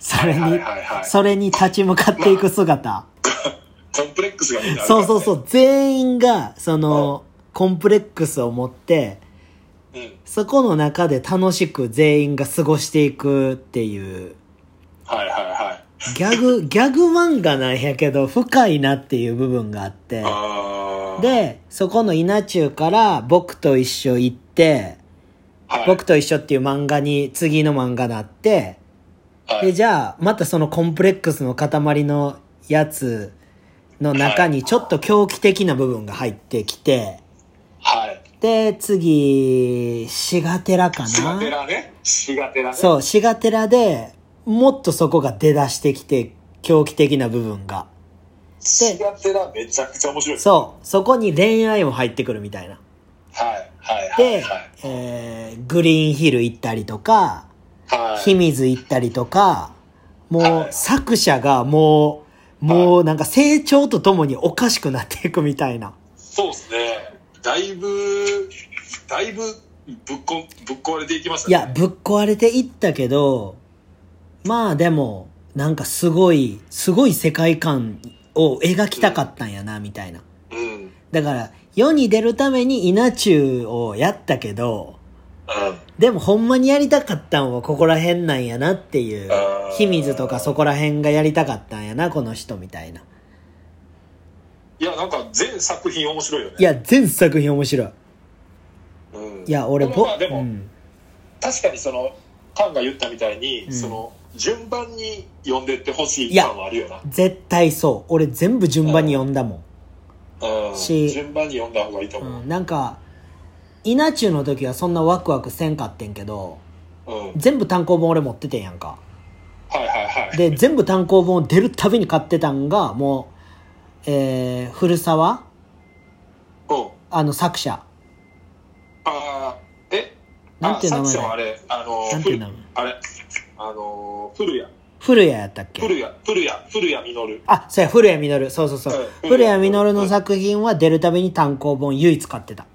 それはいはにいはいは、いそれに立ち向かっていく姿。コンプレックスがみんなあるかそらうねそうそう、全員が、その、コンプレックスを持って、うん。はいそこの中で楽しく全員が過ごしていくっていう、はいはい。ギ [LAUGHS] ャグ、ギャグ漫画なんやけど、深いなっていう部分があって、あー、で、そこの稲中から僕と一緒行って、はい、僕と一緒っていう漫画に次の漫画なって、はで、い、じゃあ、またそのコンプレックスの塊のやつの中にちょっと狂気的な部分が入ってきて、はい。で、次、シガテラかシガテな。ラね。シガテラね。う。そう、シガテラで、もっとそこが出だしてきて、狂気的な部分が。シガテラめちゃくちゃ面白い。そう、そこに恋愛も入ってくるみたいな。はいはいはでい。はい、えー、グリーンヒル行ったりとか、はい。秘密行ったりとか、もうはい作者がもう、もうなんか成長とともにおかしくなっていくみたいな。そうですね。だいぶ、だいぶぶっこ、ぶっ壊れていきましたいね。や、ぶっ壊れていったけど、まあでも、なんかすごい、すごい世界観を描きたかったんやな、みたいな。うん。うん。だから、世に出るために稲中をやったけど、でもほんまにやりたかったんはここら辺なんやなっていうあー。秘密とかそこら辺がやりたかったんやな、この人みたいな。いや、なんか全作品面白いよね。いや、全作品面白い。うん、いや、俺、ぼ、ぼ、まあ、でも、うん。確かにその、カンが言ったみたいに、うんその、順番に読んでってほしいいや感はあるよな。絶対そう。俺全部順番に読んだもん。うん。し順番に読んだ方がいいと思う。うん、なんか稲中の時はそんなワクワクせんかってんけどうん。はい全部単行本俺持っててんやんかはいはい。で全部単行本出るたびに買ってたんがもう、えー、古澤うん。あの作者あーえあなんていう名前作者はあれ、あのー、なんていう名前ふるあれ、あのー、古谷、古谷やったっけ古谷、古谷、古谷実。あそうや古谷実そうそうそう、うん古谷実の作品は出るたびに単行本唯一買ってた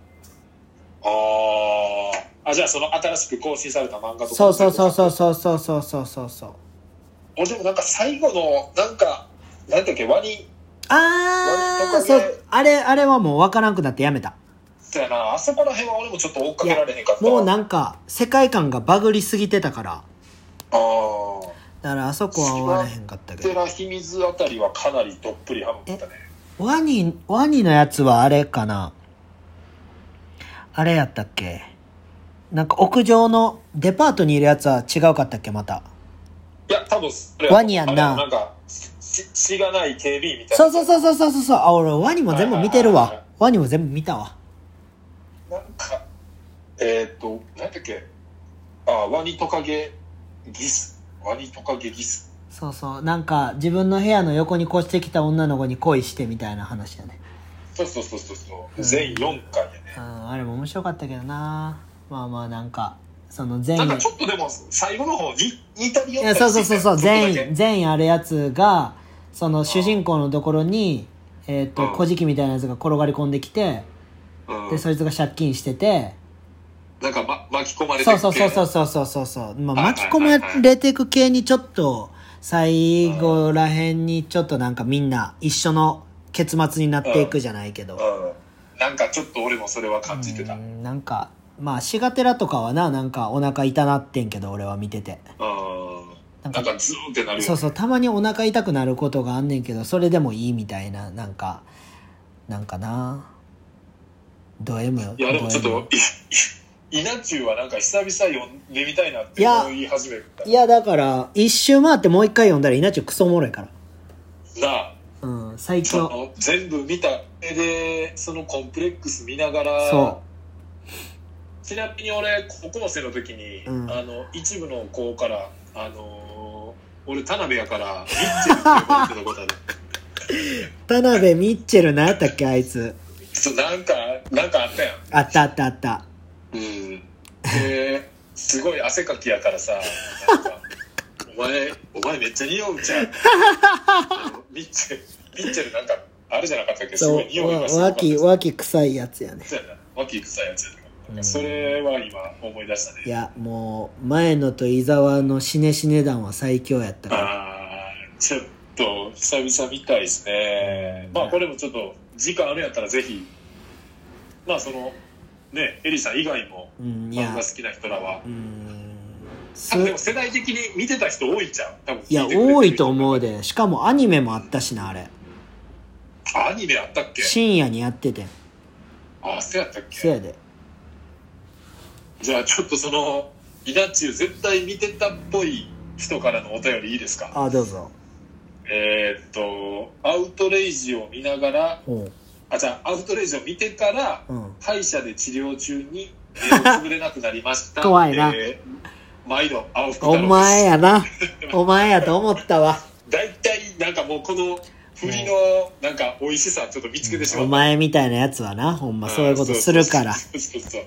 あーあ、じゃあその新しく更新された漫画とか。そうそうそうそうそうそうそうそうそうそう俺でもなんか最後の、なんか、なんだっけ、ワニ、あわあっとかそねうあれあれはもう分からんくなってやめたそやな、あそこら辺は俺もちょっと追っかけられへんかったわ。もうなんか世界観がバグりすぎてたからあーだからあそこは終わらへんかったけど寺秘密あたりはかなりどっぷりハマったね。ワニワニのやつはあれかなあれやったっけなんか屋上のデパートにいるやつは違うかったっけまたいや、多分それワニやんなあれなんか、し、しがない警備員みたいな。そうそうそうそうそうそうそうあ俺ワニも全部見てるはいはいわはワニも全部見たわなんか、えーっ、と、なんだっけ、あ、ワニトカゲギス。ワニトカゲギス。そうそうなんか自分の部屋の横に越してきた女の子に恋してみたいな話やねそうそうそうそうそう。うん全4回でうね。んあれも面白かったけどなまあまあなんかその前なんかちょっとでも、最後の方に、似たり寄いっやたりそうそうそうそう全全員全員あるやつがその主人公のところにえっ、とうん小じきみたいなやつが転がり込んできてうんでそいつが借金しててなんか、ま、巻き込まれてそうるそうそうそうう。そうそうそうそう、まあ、はいはいはい巻き込まれていく系にちょっと最後らへんにちょっとなんかみんな一緒の結末になっていくじゃないけどうん。なんかちょっと俺もそれは感じてた。ううん。んなんかまあシガテラとかはななんかお腹痛なってんけど俺は見ててななんんかかズーンってなるよねそうそうたまにお腹痛くなることがあんねんけどそれでもいいみたいななんかなんかなド M いや、でもちょっド M と、いい稲中はなんか久々読んでみたいなっていや思い始めるからいやだから一周回ってもう一回読んだら稲中クソおもろいかなあ。らうん最そ強の全部見た上でそのコンプレックス見ながらそちなみに俺高校生の時に、うんあの一部の子からあのー俺田辺やからミッチェルって呼ばれてたことある [LAUGHS] う田辺ミッチェルなんやったっけあいつそうなんかなんかあったやんあったあったあったうんですごい汗かきやからさなんかお前お前めっちゃ匂うじゃんあのミッチェルミッチェルなんかあれじゃなかったっけすそごうい匂いがすわごかっわたきわき臭いやつやねそうやな脇臭いやつやなうんそれは今思い出したねいやもう前野と伊沢のしねしね団は最強やったからあーちょっと久々みたいですね、まあこれもちょっと時間あるんやったらぜひまあそのねエリさん以外もうんい漫や画好きな人らはうん多分でも世代的に見てた人多いじゃん多分いや、見てくれてる人多いと思うで。しかもアニメもあったしな、あれ。あアニメあったっけ深夜にやっててん。あそうやったっせやけで。じゃあちょっとそのイナチュウ絶対見てたっぽい人からのお便りいいですかあ、どうぞ。えーっとアウトレイジを見ながらうん。あじゃあアウトレイジを見てからうん。歯医者で治療中に目をつぶれなくなりました [LAUGHS] 怖いなえー毎度青福太郎おです前やな。お前やと思ったわ。大体なんかもうこの振りのなんか美味しさちょっと見つけてしまおう、前みたいなやつはな、ほんまそういうことするから。そうそうそうそう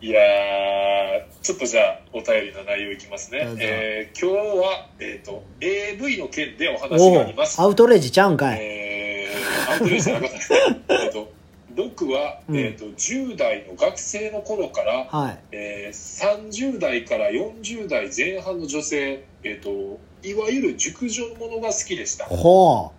いやーちょっとじゃあお便りの内容いきますねどうぞ、えー今日は、えー、と AV の件でお話おがあうりますアウトレイジちゃうんかい。えー、アウトレイジじゃなかったですえっと、 [LAUGHS] 僕は、うんえー、と10代の学生の頃から、はい。えー30代から40代前半の女性、えー、といわゆる熟女ものが好きでしたほ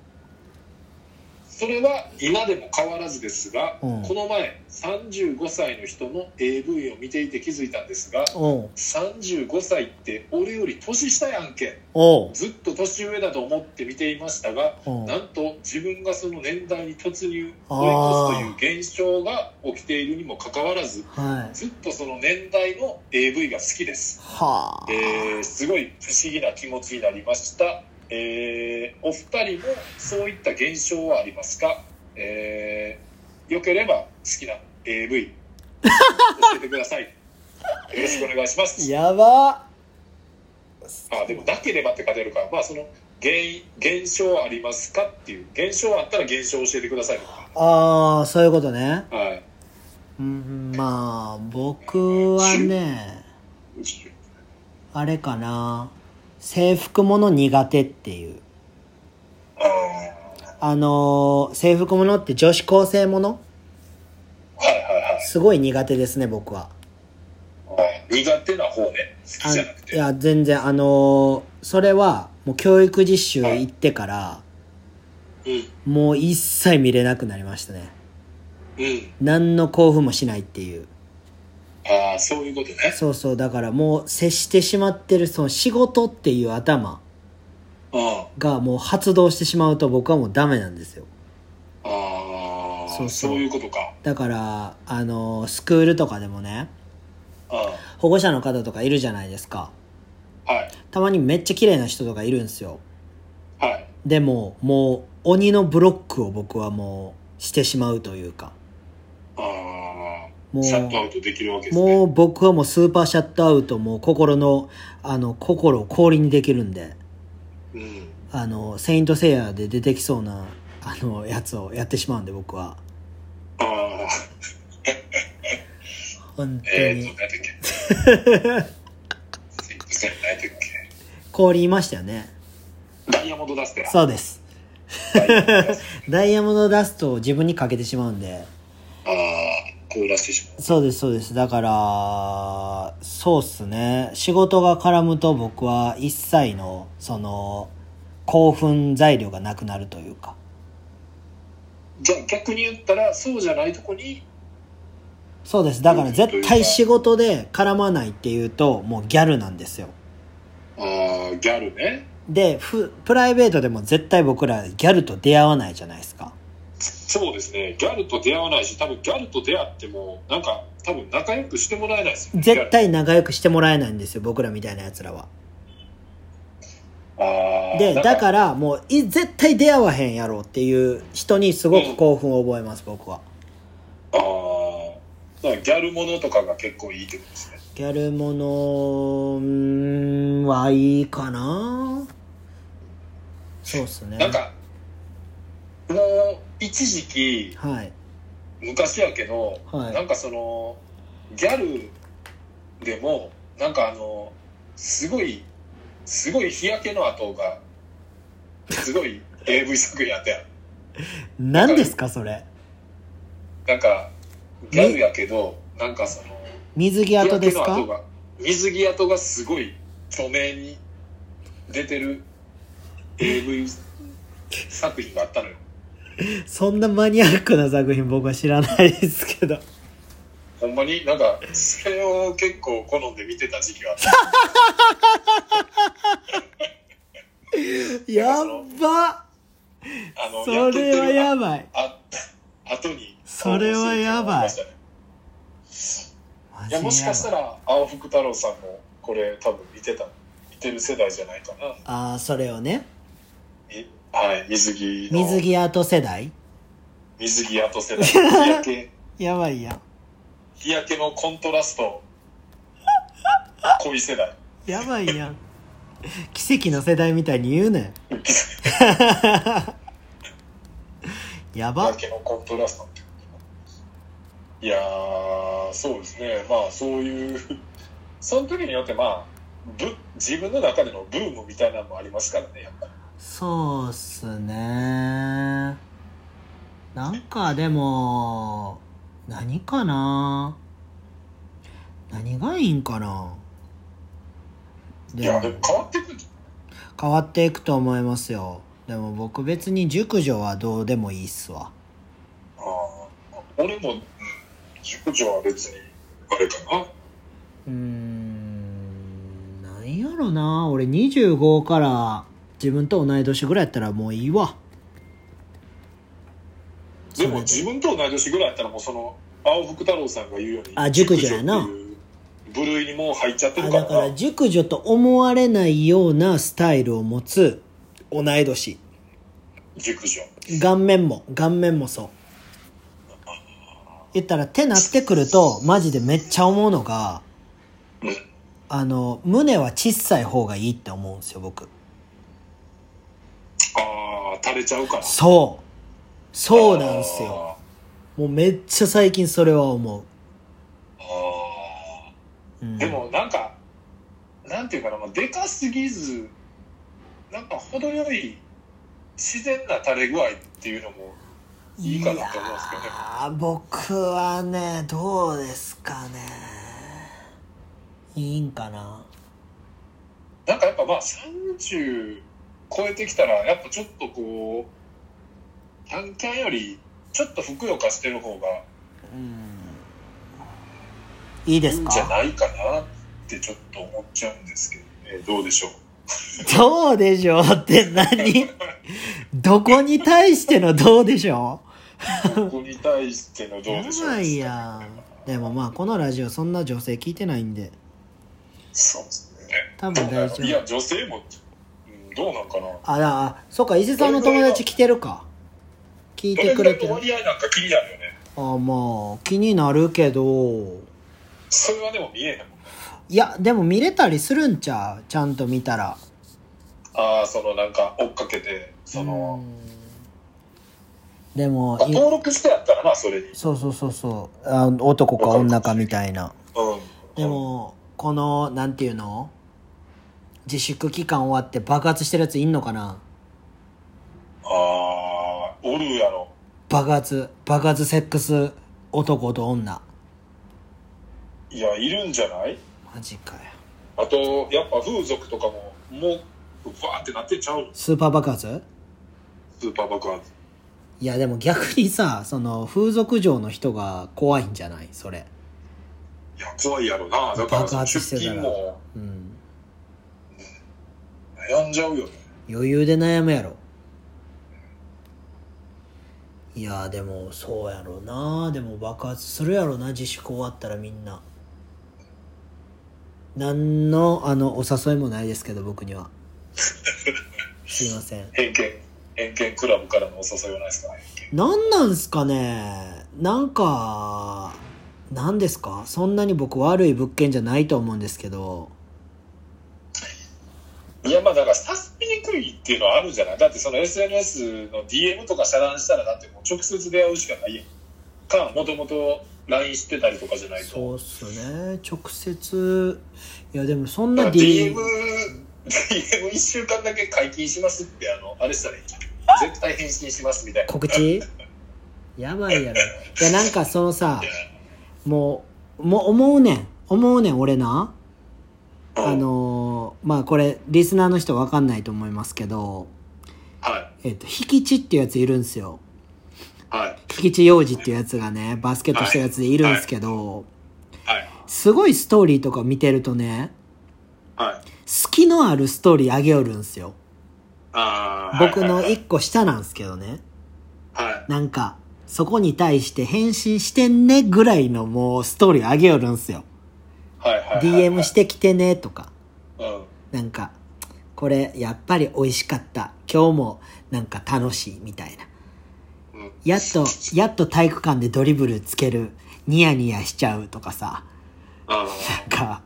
それは今でも変わらずですが、うんこの前35歳の人の AV を見ていて気づいたんですがう。おう。 35歳って俺より年下やんけおう。ずっと年上だと思って見ていましたがおうなんと自分がその年代に突入あー追い越すという現象が起きているにもかかわらずはい。ずっとその年代の AV が好きです、はあ。えーすごい不思議な気持ちになりました、えーお二人もそういった現象はありますか、えー、よければ好きな AV 教えてくださ [LAUGHS] いよろしくお願いしますやばあでもなければって書いてあるから、まあ、その原因現象ありますかっていう現象あったら現象を教えてくださいとか、ああ、そういうことね。はい、うん、まあ、僕はね、あれかな。制服もの苦手っていう。あーあのー制服ものって女子高生ものはいはいはいすごい苦手ですね、僕は。はい苦手な方ね好きあじゃなくいてや、全然、あのーそれは、もう教育実習行ってから、うんもう一切見れなくなりましたね。うん何の興奮もしないっていう。ああそういうことねそうそう、だからもう接してしまってる、その仕事っていう頭あがもう発動してしまうと僕はもうダメなんですよ。ああーそうそういうことかだから、あのースクールとかでもね、あ保護者の方とかいるじゃないですか。ーはいたまにめっちゃ綺麗な人とかいるんですよ。はいでも、もう鬼のブロックを僕はもうしてしまうというか。あもあうシャットアウトできるわけですねもう僕はもうスーパーシャットアウトもう心の、あの、心を氷にできるんで、うんあの、セイントセイヤで出てきそうな、あの、やつをやってしまうんで僕は。ああ本当えー、にっと。何だっ [LAUGHS] けすいません何だっけ氷言いましたよね。ダイヤモンドダステラそうです。ダイヤモンドダステラダイヤモンドダストを自分にかけてしまうんで。ああ、凍らせてしまそうです、そうです。だから、そうっすね。仕事が絡むと僕は一切の、その、興奮材料がなくなるというか。う。じゃあ逆に言ったら、そうじゃないとこに、そうです。だから絶対仕事で絡まないっていうと、もうギャルなんですよ。ああ、ギャルね。で、ふ、プライベートでも絶対僕らギャルと出会わないじゃないですか。そうですね。ギャルと出会わないし、多分ギャルと出会っても、なんか、多分仲良くしてもらえないですよね。絶対仲良くしてもらえないんですよ、僕らみたいな奴らは。ギャル。ああ。で、なんだからもうい、絶対出会わへんやろうっていう人にすごく興奮を覚えます、僕は。ああ。だからギャルものとかが結構いいってことですね。ギャルものうーんはいいかなそうっすね。なんか、もう、一時期、はい。昔やけど、はいなんかその、ギャルでも、なんかあの、すごい、すごい日焼けの跡が、すごい AV 作品あったやん。何ですか、それ。なんか、ギャルやけど、なんかその、水着跡です日焼けの跡かが、水着跡がすごい著名に出てる AV 作品があったのよ。そんなマニアックな作品僕は知らないですけど。ほんまになんか、それを結構好んで見てた時 [LAUGHS] 期があった。やっばあのそれはやばばい。あ後にそれはやばいいやもしかしたら。ら青福太郎さんもこれ多分見てた見てる世代じゃないかなああ、それをね。みはい水着の水着跡世代水着跡世代日焼けやばいやん。日焼けのコントラスト恋世代やばいやん。奇跡の世代みたいに言うね日ん。やば焼。けのコントラストっていやーそうですねまあそういうその時によってまあぶ自分の中でのブームみたいなのもありますからねやっぱりそうっすね。なんか、でも、何かな何がいいんかないでや、もでも変わってくる。変わっていくと思いますよ。でも僕別に熟女はどうでもいいっすわ。ああ、俺も、うん熟女は別に、あれかな。うーん、なんやろな俺25から自分と同い年ぐらいやったらもういいわ。でも自分と同い年ぐらいやったらもうその青福太郎さんが言うようにあ熟女やな熟女っていう部類にもう入っちゃってあるかだらからな熟女と思われないようなスタイルを持つ同い年。熟女顔面も顔面もそう言ったら手なってくるとマジでめっちゃ思うのがうんあの胸は小さい方がいいって思うんですよ僕ああ垂れちゃうからそうそうなんですよもうめっちゃ最近それは思あーあう、うん、ーでもなんかなんていうかな、まあ、でかすぎずなんか程よい自然な垂れ具合っていうのもいいかなと思いますけどねいやー僕はねどうですかねいいんかななんかやっぱまあ30超えてきたらやっぱちょっとこうキャンキャンよりちょっとふくよかしてる方がうんいいでいいすんかじゃないかなってちょっと思っちゃうんですけどねどうでしょうどうでしょうって [LAUGHS] 何どこに対してのどうでしょ僕に対してのうどうやでしょうばいやんでもまあこのラジオそんな女性聞いてないんでそうですね多分大丈夫いや女性もうんどうなんかなあらあそうか伊勢さんの友達来てるか聞いどてれくぐられいてのる割合なんか気になるよねあまあ気になるけどそれはでも見えへんもんねいやでも見れたりするんちゃうちゃんと見たらああそのなんか追っかけてそのうんでもあい登録してやったらなそれにそうそうそうそうあ男か女かみたいなうんでも、この、なんていうの自粛期間終わって爆発してるやついんのかなああおるやろ爆発、爆発セックス男と女。いやいるんじゃないマジかよ。あとやっぱ風俗とかももうバーってなってちゃうスーパー爆発スーパー爆発いや、でも逆にさ、その、風俗嬢の人が怖いんじゃないそれ。いや怖いやろなだから爆その発出してた勤らもうん。悩んじゃうよね余裕で悩むやろ。いや、でも、そうやろな。でも爆発するやろな、自粛終わったらみんな。何の、あの、お誘いもないですけど、僕には。すいません。偏見偏見クラブからのお誘いはないですか偏見何なんすかねなんか、何ですかそんなに僕悪い物件じゃないと思うんですけど。いやまあだから誘いにくいっていうのはあるじゃないだってその SNS の DM とか遮断したらだってもう直接出会うしかないやんかもともと LINE してたりとかじゃないとそうっすね。直接、いやでもそんだかなら DM、DM 一週間だけ解禁しますって、あの、あれしたらいいんじゃない絶対返信しますみたいな。告知やばいやろ。いや、なんかそのさ、もう、もう思うねん。思うねん、俺な。あのーまあこれ、リスナーの人わかんないと思いますけど、はい、えっ、と、引き地っていうやついるんすよ。はい、引き地幼児っていうやつがね、バスケットしたやつでいるんすけど、はい、すごいストーリーとか見てるとね、はい。隙のあるストーリーあげおるんすよ。あー僕はのい、一個下なんすけどね。はい。なんか、そこに対して返信してんねぐらいのもうストーリーあげよるんすよ。はい、はい。 DM してきてねとか。て。うん。なんか、これやっぱり美味しかった。今日もなんか楽しいみたいな。うん。やっと、やっと体育館でドリブルつける。ニヤニヤしちゃうとかさ。あなんか、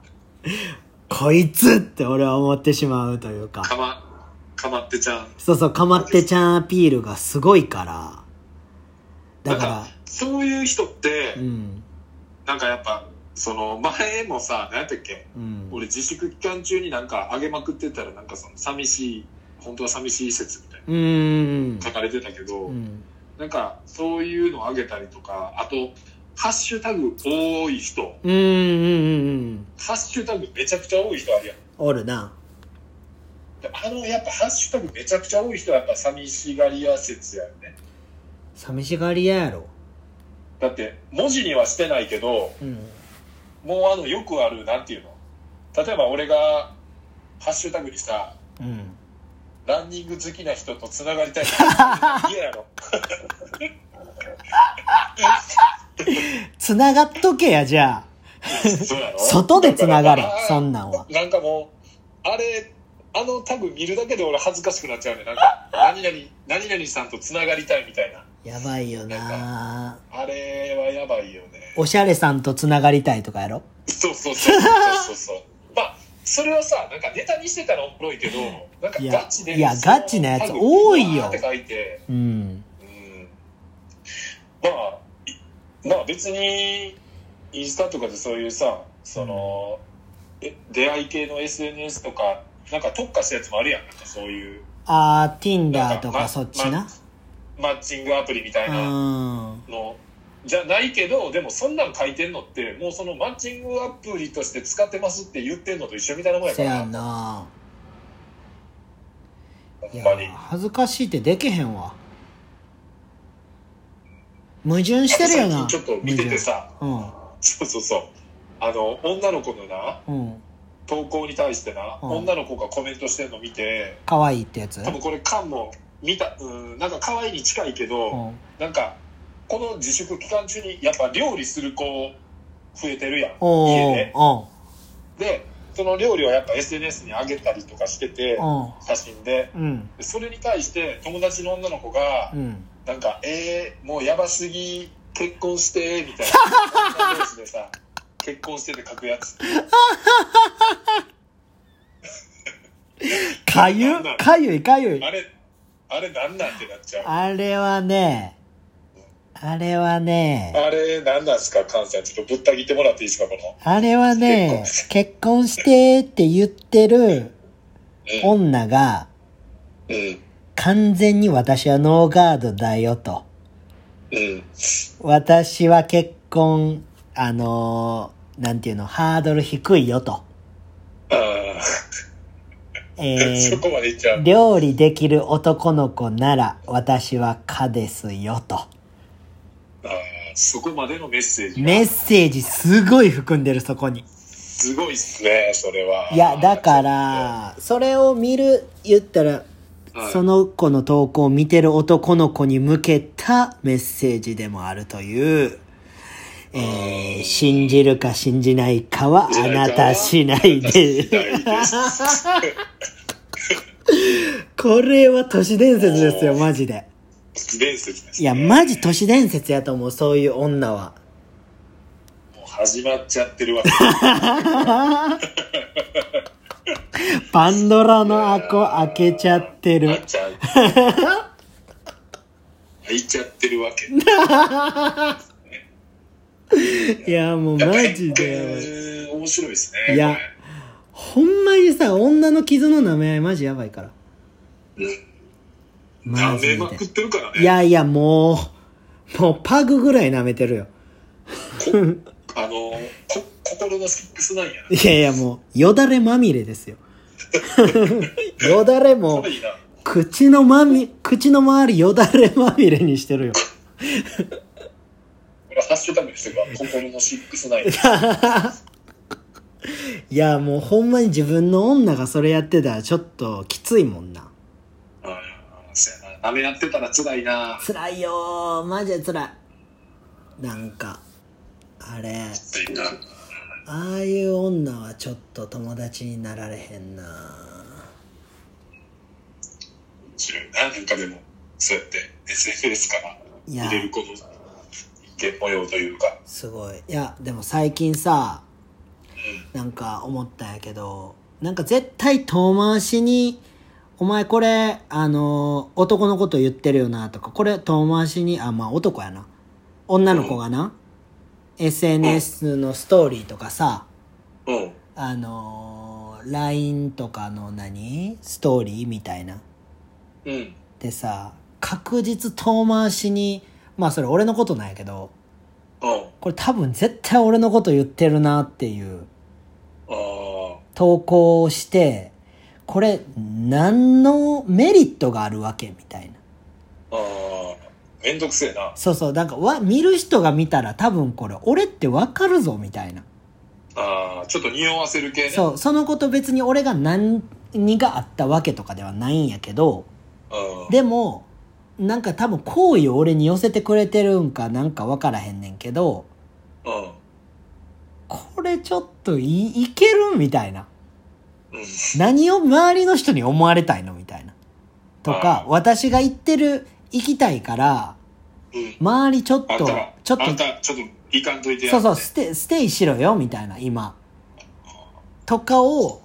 こいつって俺は思ってしまうというーかか。ま、かまってちゃん。そうそう、かまってちゃんアピールがすごいから。なだんかそういう人って、ら、うん。なんかやっぱ、その、前もさ、何やったっけうん。俺自粛期間中になんか上げまくってたら、なんかその、寂しい、本当は寂しい説みたいうん。な、書かれてたけど、うん。なんかそういうのを上げたりとかあとハッシュタグ多い人うんうんうんうん。ハッシュタグめちゃくちゃ多い人あるやんおるな。であのやっぱハッシュタグめちゃくちゃ多い人はやっぱ寂しがり屋説やよね寂しがり屋やろ。だって文字にはしてないけどうん。もうあのよくあるなんていうの例えば俺がハッシュタグにさうん。ランニング好きな人とつながりたい [LAUGHS] な嫌やろつながっとけや、じゃあ。そうやろ外でつながれだか、らそんなんは。なんかもうあれあのタグ見るだけで俺恥ずかしくなっちゃうねなんか何々何々さんとつながりたいみたいなやばいよなあれはやばいよねおしゃれさんとつながりたいとかやろそうそうそうそうそうそうまあそれはさなんかネタにしてたらおもろいけどなんかいやガチでいやそのガチなやつタグ多いよわーって書いてうん。うんまあいまあ別にインスタとかでそういうさその、え出会い系の SNS とかなんか特化したやつもあるやんなんかそういうあー、Tinder となんかまそっちな。。まマッチングアプリみたいうなんのじゃないけどでもそんなん書いてんのってもうそのマッチングアプリとして使ってますって言ってんのと一緒みたいなもんやかせらやんなほんいやまに恥ずかしいってできへんわ。矛盾してるよあな。と最近ちょっと見ててさ矛そうそうそうあの女の子のな盾。うん。うん。投稿に対してな、うん女の子がコメントしてんの見て可愛いってやつ多分これ缶も見たうんなんか可愛いに近いけど、うん。なんかこの自粛期間中にやっぱ料理する子増えてるやんお家ーでおでその料理をやっぱ SNS に上げたりとかしててーお写真でーうん。でそれに対して友達の女の子がうん。なんか「えー、もうやばすぎ結婚して」みたい [LAUGHS] な女同士でさ結婚してて書くやつかゆかゆいかゆい。あれあれなんなんってなっちゃうあれはね、あれはね、あれなんなんすか関西ちょっとぶった切ってもらっていいですかこのあれはね、結婚してって言ってる女が、うんうん完全に私はノーガードだよと。うん私は結婚、あのーなんていうの、ハードル低いよと。ああ [LAUGHS] えそー、こまでいっちゃう料理できる男の子なら私は可ですよと。あーそこまでのメッセージがメッセージすごい含んでるそこに。すごいっすねそれはいや、だから、それを見る、言ったら、はいその子の投稿を見てる男の子に向けたメッセージでもあるという、えー、信じるか信じないかはあなた次第で。これは都市伝説ですよ、マジで。伝説です、いや、マジ都市伝説やと思う、そういう女は。もう始まっちゃってるわ [LAUGHS] けパンドラの箱開けちゃってなるっ。ちゃう開いちゃってるわけいや、もうマジでやばい。で面白いですねいやこほんまにさ、女の傷の舐め合いマジやばいから。れマジ舐めまくでっ。てるからいねやいや、もう、もうパグぐらい舐めてるよ。あのこ心のセックスなんやないやいや、もう、よだれまみれですよ。 [LAUGHS] よだれも可、愛いな口のまみ、口の周りよだれまみれにしてるよ。これハッシュタグにしてるわ心のシックスなんやいや、もうほんまに自分の女がそれやってたらちょっときついもんな。あーそうやな舐め合ってたら辛いな辛いよー。マジで辛い。なんか、あれ。辛いなああいう女はちょっと友達になられへんな面白いななんかでもそうやって SNS からいや入れるこの一見模様というかすごいいやでも最近さなんか思ったんやけどなんか絶対遠回しに「お前これあの男のこと言ってるよな」とかこれ遠回しにあまあ男やな女の子がな SNS のストーリーとかさうんうんあの LINE とかの何ストーリーみたいなうんでさ確実遠回しに、まあそれ俺のことなんやけど、うん。これ多分絶対俺のこと言ってるなっていうあ投稿をして、これ何のメリットがあるわけみたいな。あ、ああ、めんどくせえな。そうそう、なんかわ見る人が見たら多分これ俺ってわかるぞみたいな。ああ、ちょっと匂わせる系ね。う。そう、そのこと別に俺が何にがあったわけとかではないんやけど、うん。でも、なんか多分好意を俺に寄せてくれてるんかなんかわからへんねんけど、うん。これちょっといいけるみたいな。うん。何を周りの人に思われたいのみたいな。とか、あ私が行ってる、行きたいから、うん。周りちょっあんとたら、、ちょっあんと、た、ちょっと、いかんといてやそうそう、ステイ、ステイしろよ、みたいな、今。とかを、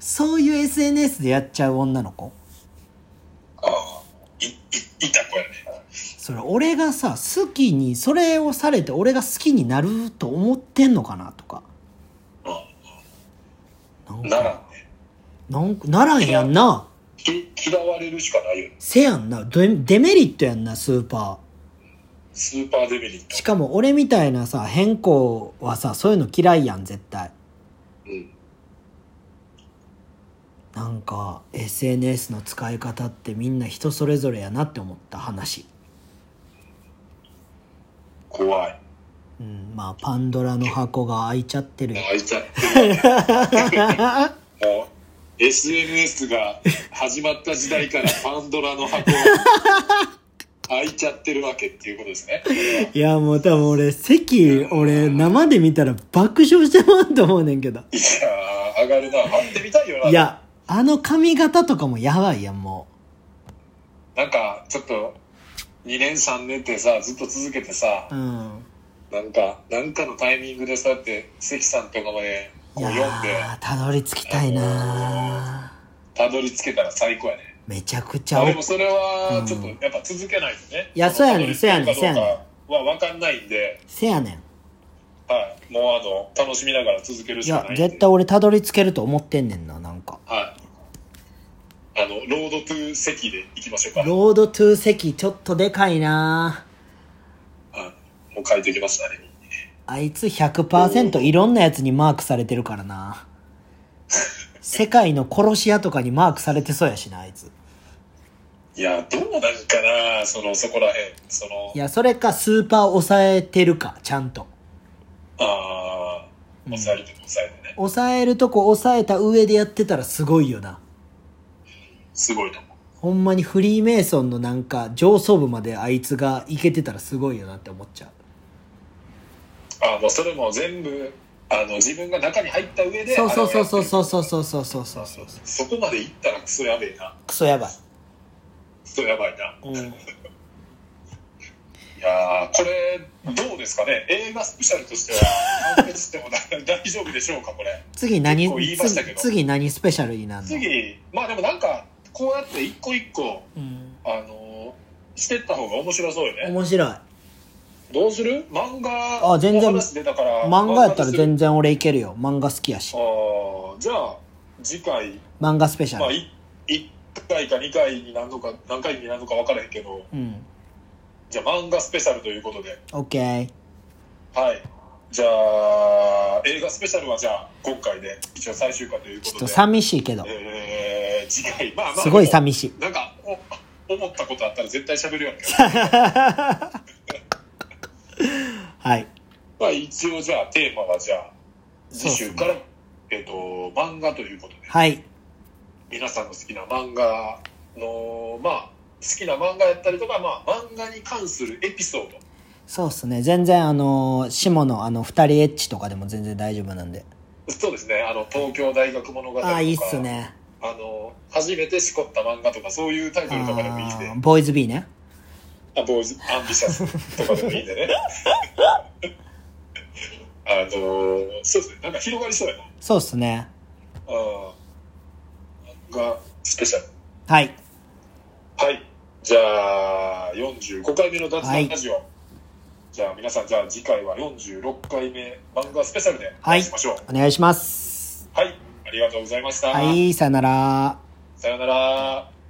そういう SNS でやっちゃう女の子。ああ、い、い、いた子やね。それ、俺がさ、好きに、それをされて俺が好きになると思ってんのかな、とか。なんうん。かならんね。なんか、ならんやんな。き嫌われるしかないよね。せやんな。デデメリットやんな、スーパー。スーパーデメリット。しかも俺みたいなさ、変更はさ、そういうの嫌いやん、絶対。うん。なんか、SNS の使い方ってみんな人それぞれやなって思った話。怖い。うん、まあ、パンドラの箱が開いちゃって [LAUGHS] る。あいちゃって [LAUGHS] るわねもう SNS が始まった時代からパンドラの箱開いちゃってるわけっていうことですね。いや、もう多分俺、席、俺、生で見たら爆笑してまうと思うねんけど。いやー、上がるな。会ってみたいよな。いや、あの髪型とかもやばいやん、もなんか、ちょっと、2年3年ってさ、ずっと続けてさう。う、ん。なんか、なんかのタイミングでそうやって、関さんとかまでいこうや読んで、ー、たどり着きたいなーたどり着けたら最高やね。めちゃくちゃまあおでもそれはう、んちょっと、やっぱ続けないとね。いやそのそうやねんそうやねんたどり着けるかどうかは分かんないんで、せやねん。はい、もうあの楽しみながら続けるいしかやないんで絶対俺たどり着けると思ってんねんななんかはいあのロードトゥー席で行きましょうかロードトゥー席ちょっとでかいなはいもう書いてきましたねあいつ100%いろんなやつにマークされてるからな世界の殺し屋とかにマークされてそうやしなあいついやどうなんかなそのそこらへんそのいやそれかスーパー抑えてるかちゃんとああうん抑えるとこ抑えてね、抑えるとこ抑えた上でやってたらすごいよなすごいと思うほんまにフリーメイソンのなんか上層部まであいつがいけてたらすごいよなって思っちゃうあもうそれも全部あの自分が中に入った上でそうそうそうそううそうそうそうそうそうそうそうそこまで行ったらクソやべえなクソやばいクソやばいなうんいやーこれどうですかね映画スペシャルとしては完結しても [LAUGHS] 大丈夫でしょうかこれ次何結構言いましたけ次ど次何スペシャルになるの次まあでもなんかこうやって一個一個うん、あのーしてった方が面白そうよね面白いどうする漫画あ全然の話出たから漫画やったら全然然俺いけるよ漫画好きやしあーじゃあ次回漫画スペシまャあルい一回か二回になるのか何回になるのか分からへんけどうんじゃあ漫画スペシャルということで OK はいじゃあ映画スペシャルはじゃあ今回で一応最終回というこちょっととで寂しいけどえー、次回まあまあすごい寂しいなんかお思ったことあったら絶対喋るようにはいまあ一応じゃあテーマはじゃあ次週かそうら、えっ、と漫画ということではい皆さんの好きな漫画のまあ好きな漫画やったりとかまあ漫画に関するエピソードそうっすね全然あのー下のあの二人エッチとかでも全然大丈夫なんでそうですねあの東京大学物語とかああいいっすねあの初めてしこった漫画とかそういうタイあトルとかでもいいんでーボーイズビーねあボーイズアンビシャスとかでもいいんでねあのそうですねなんか広がりそうやなそうっすねあー漫画スペシャルはいはい。じゃあ、45回目の脱談ラジオ。じゃあ、皆さん、じゃあ次回は46回目漫画スペシャルでお会いしましょう。お願いしますはい。ありがとうございました。はいさよならさようなら。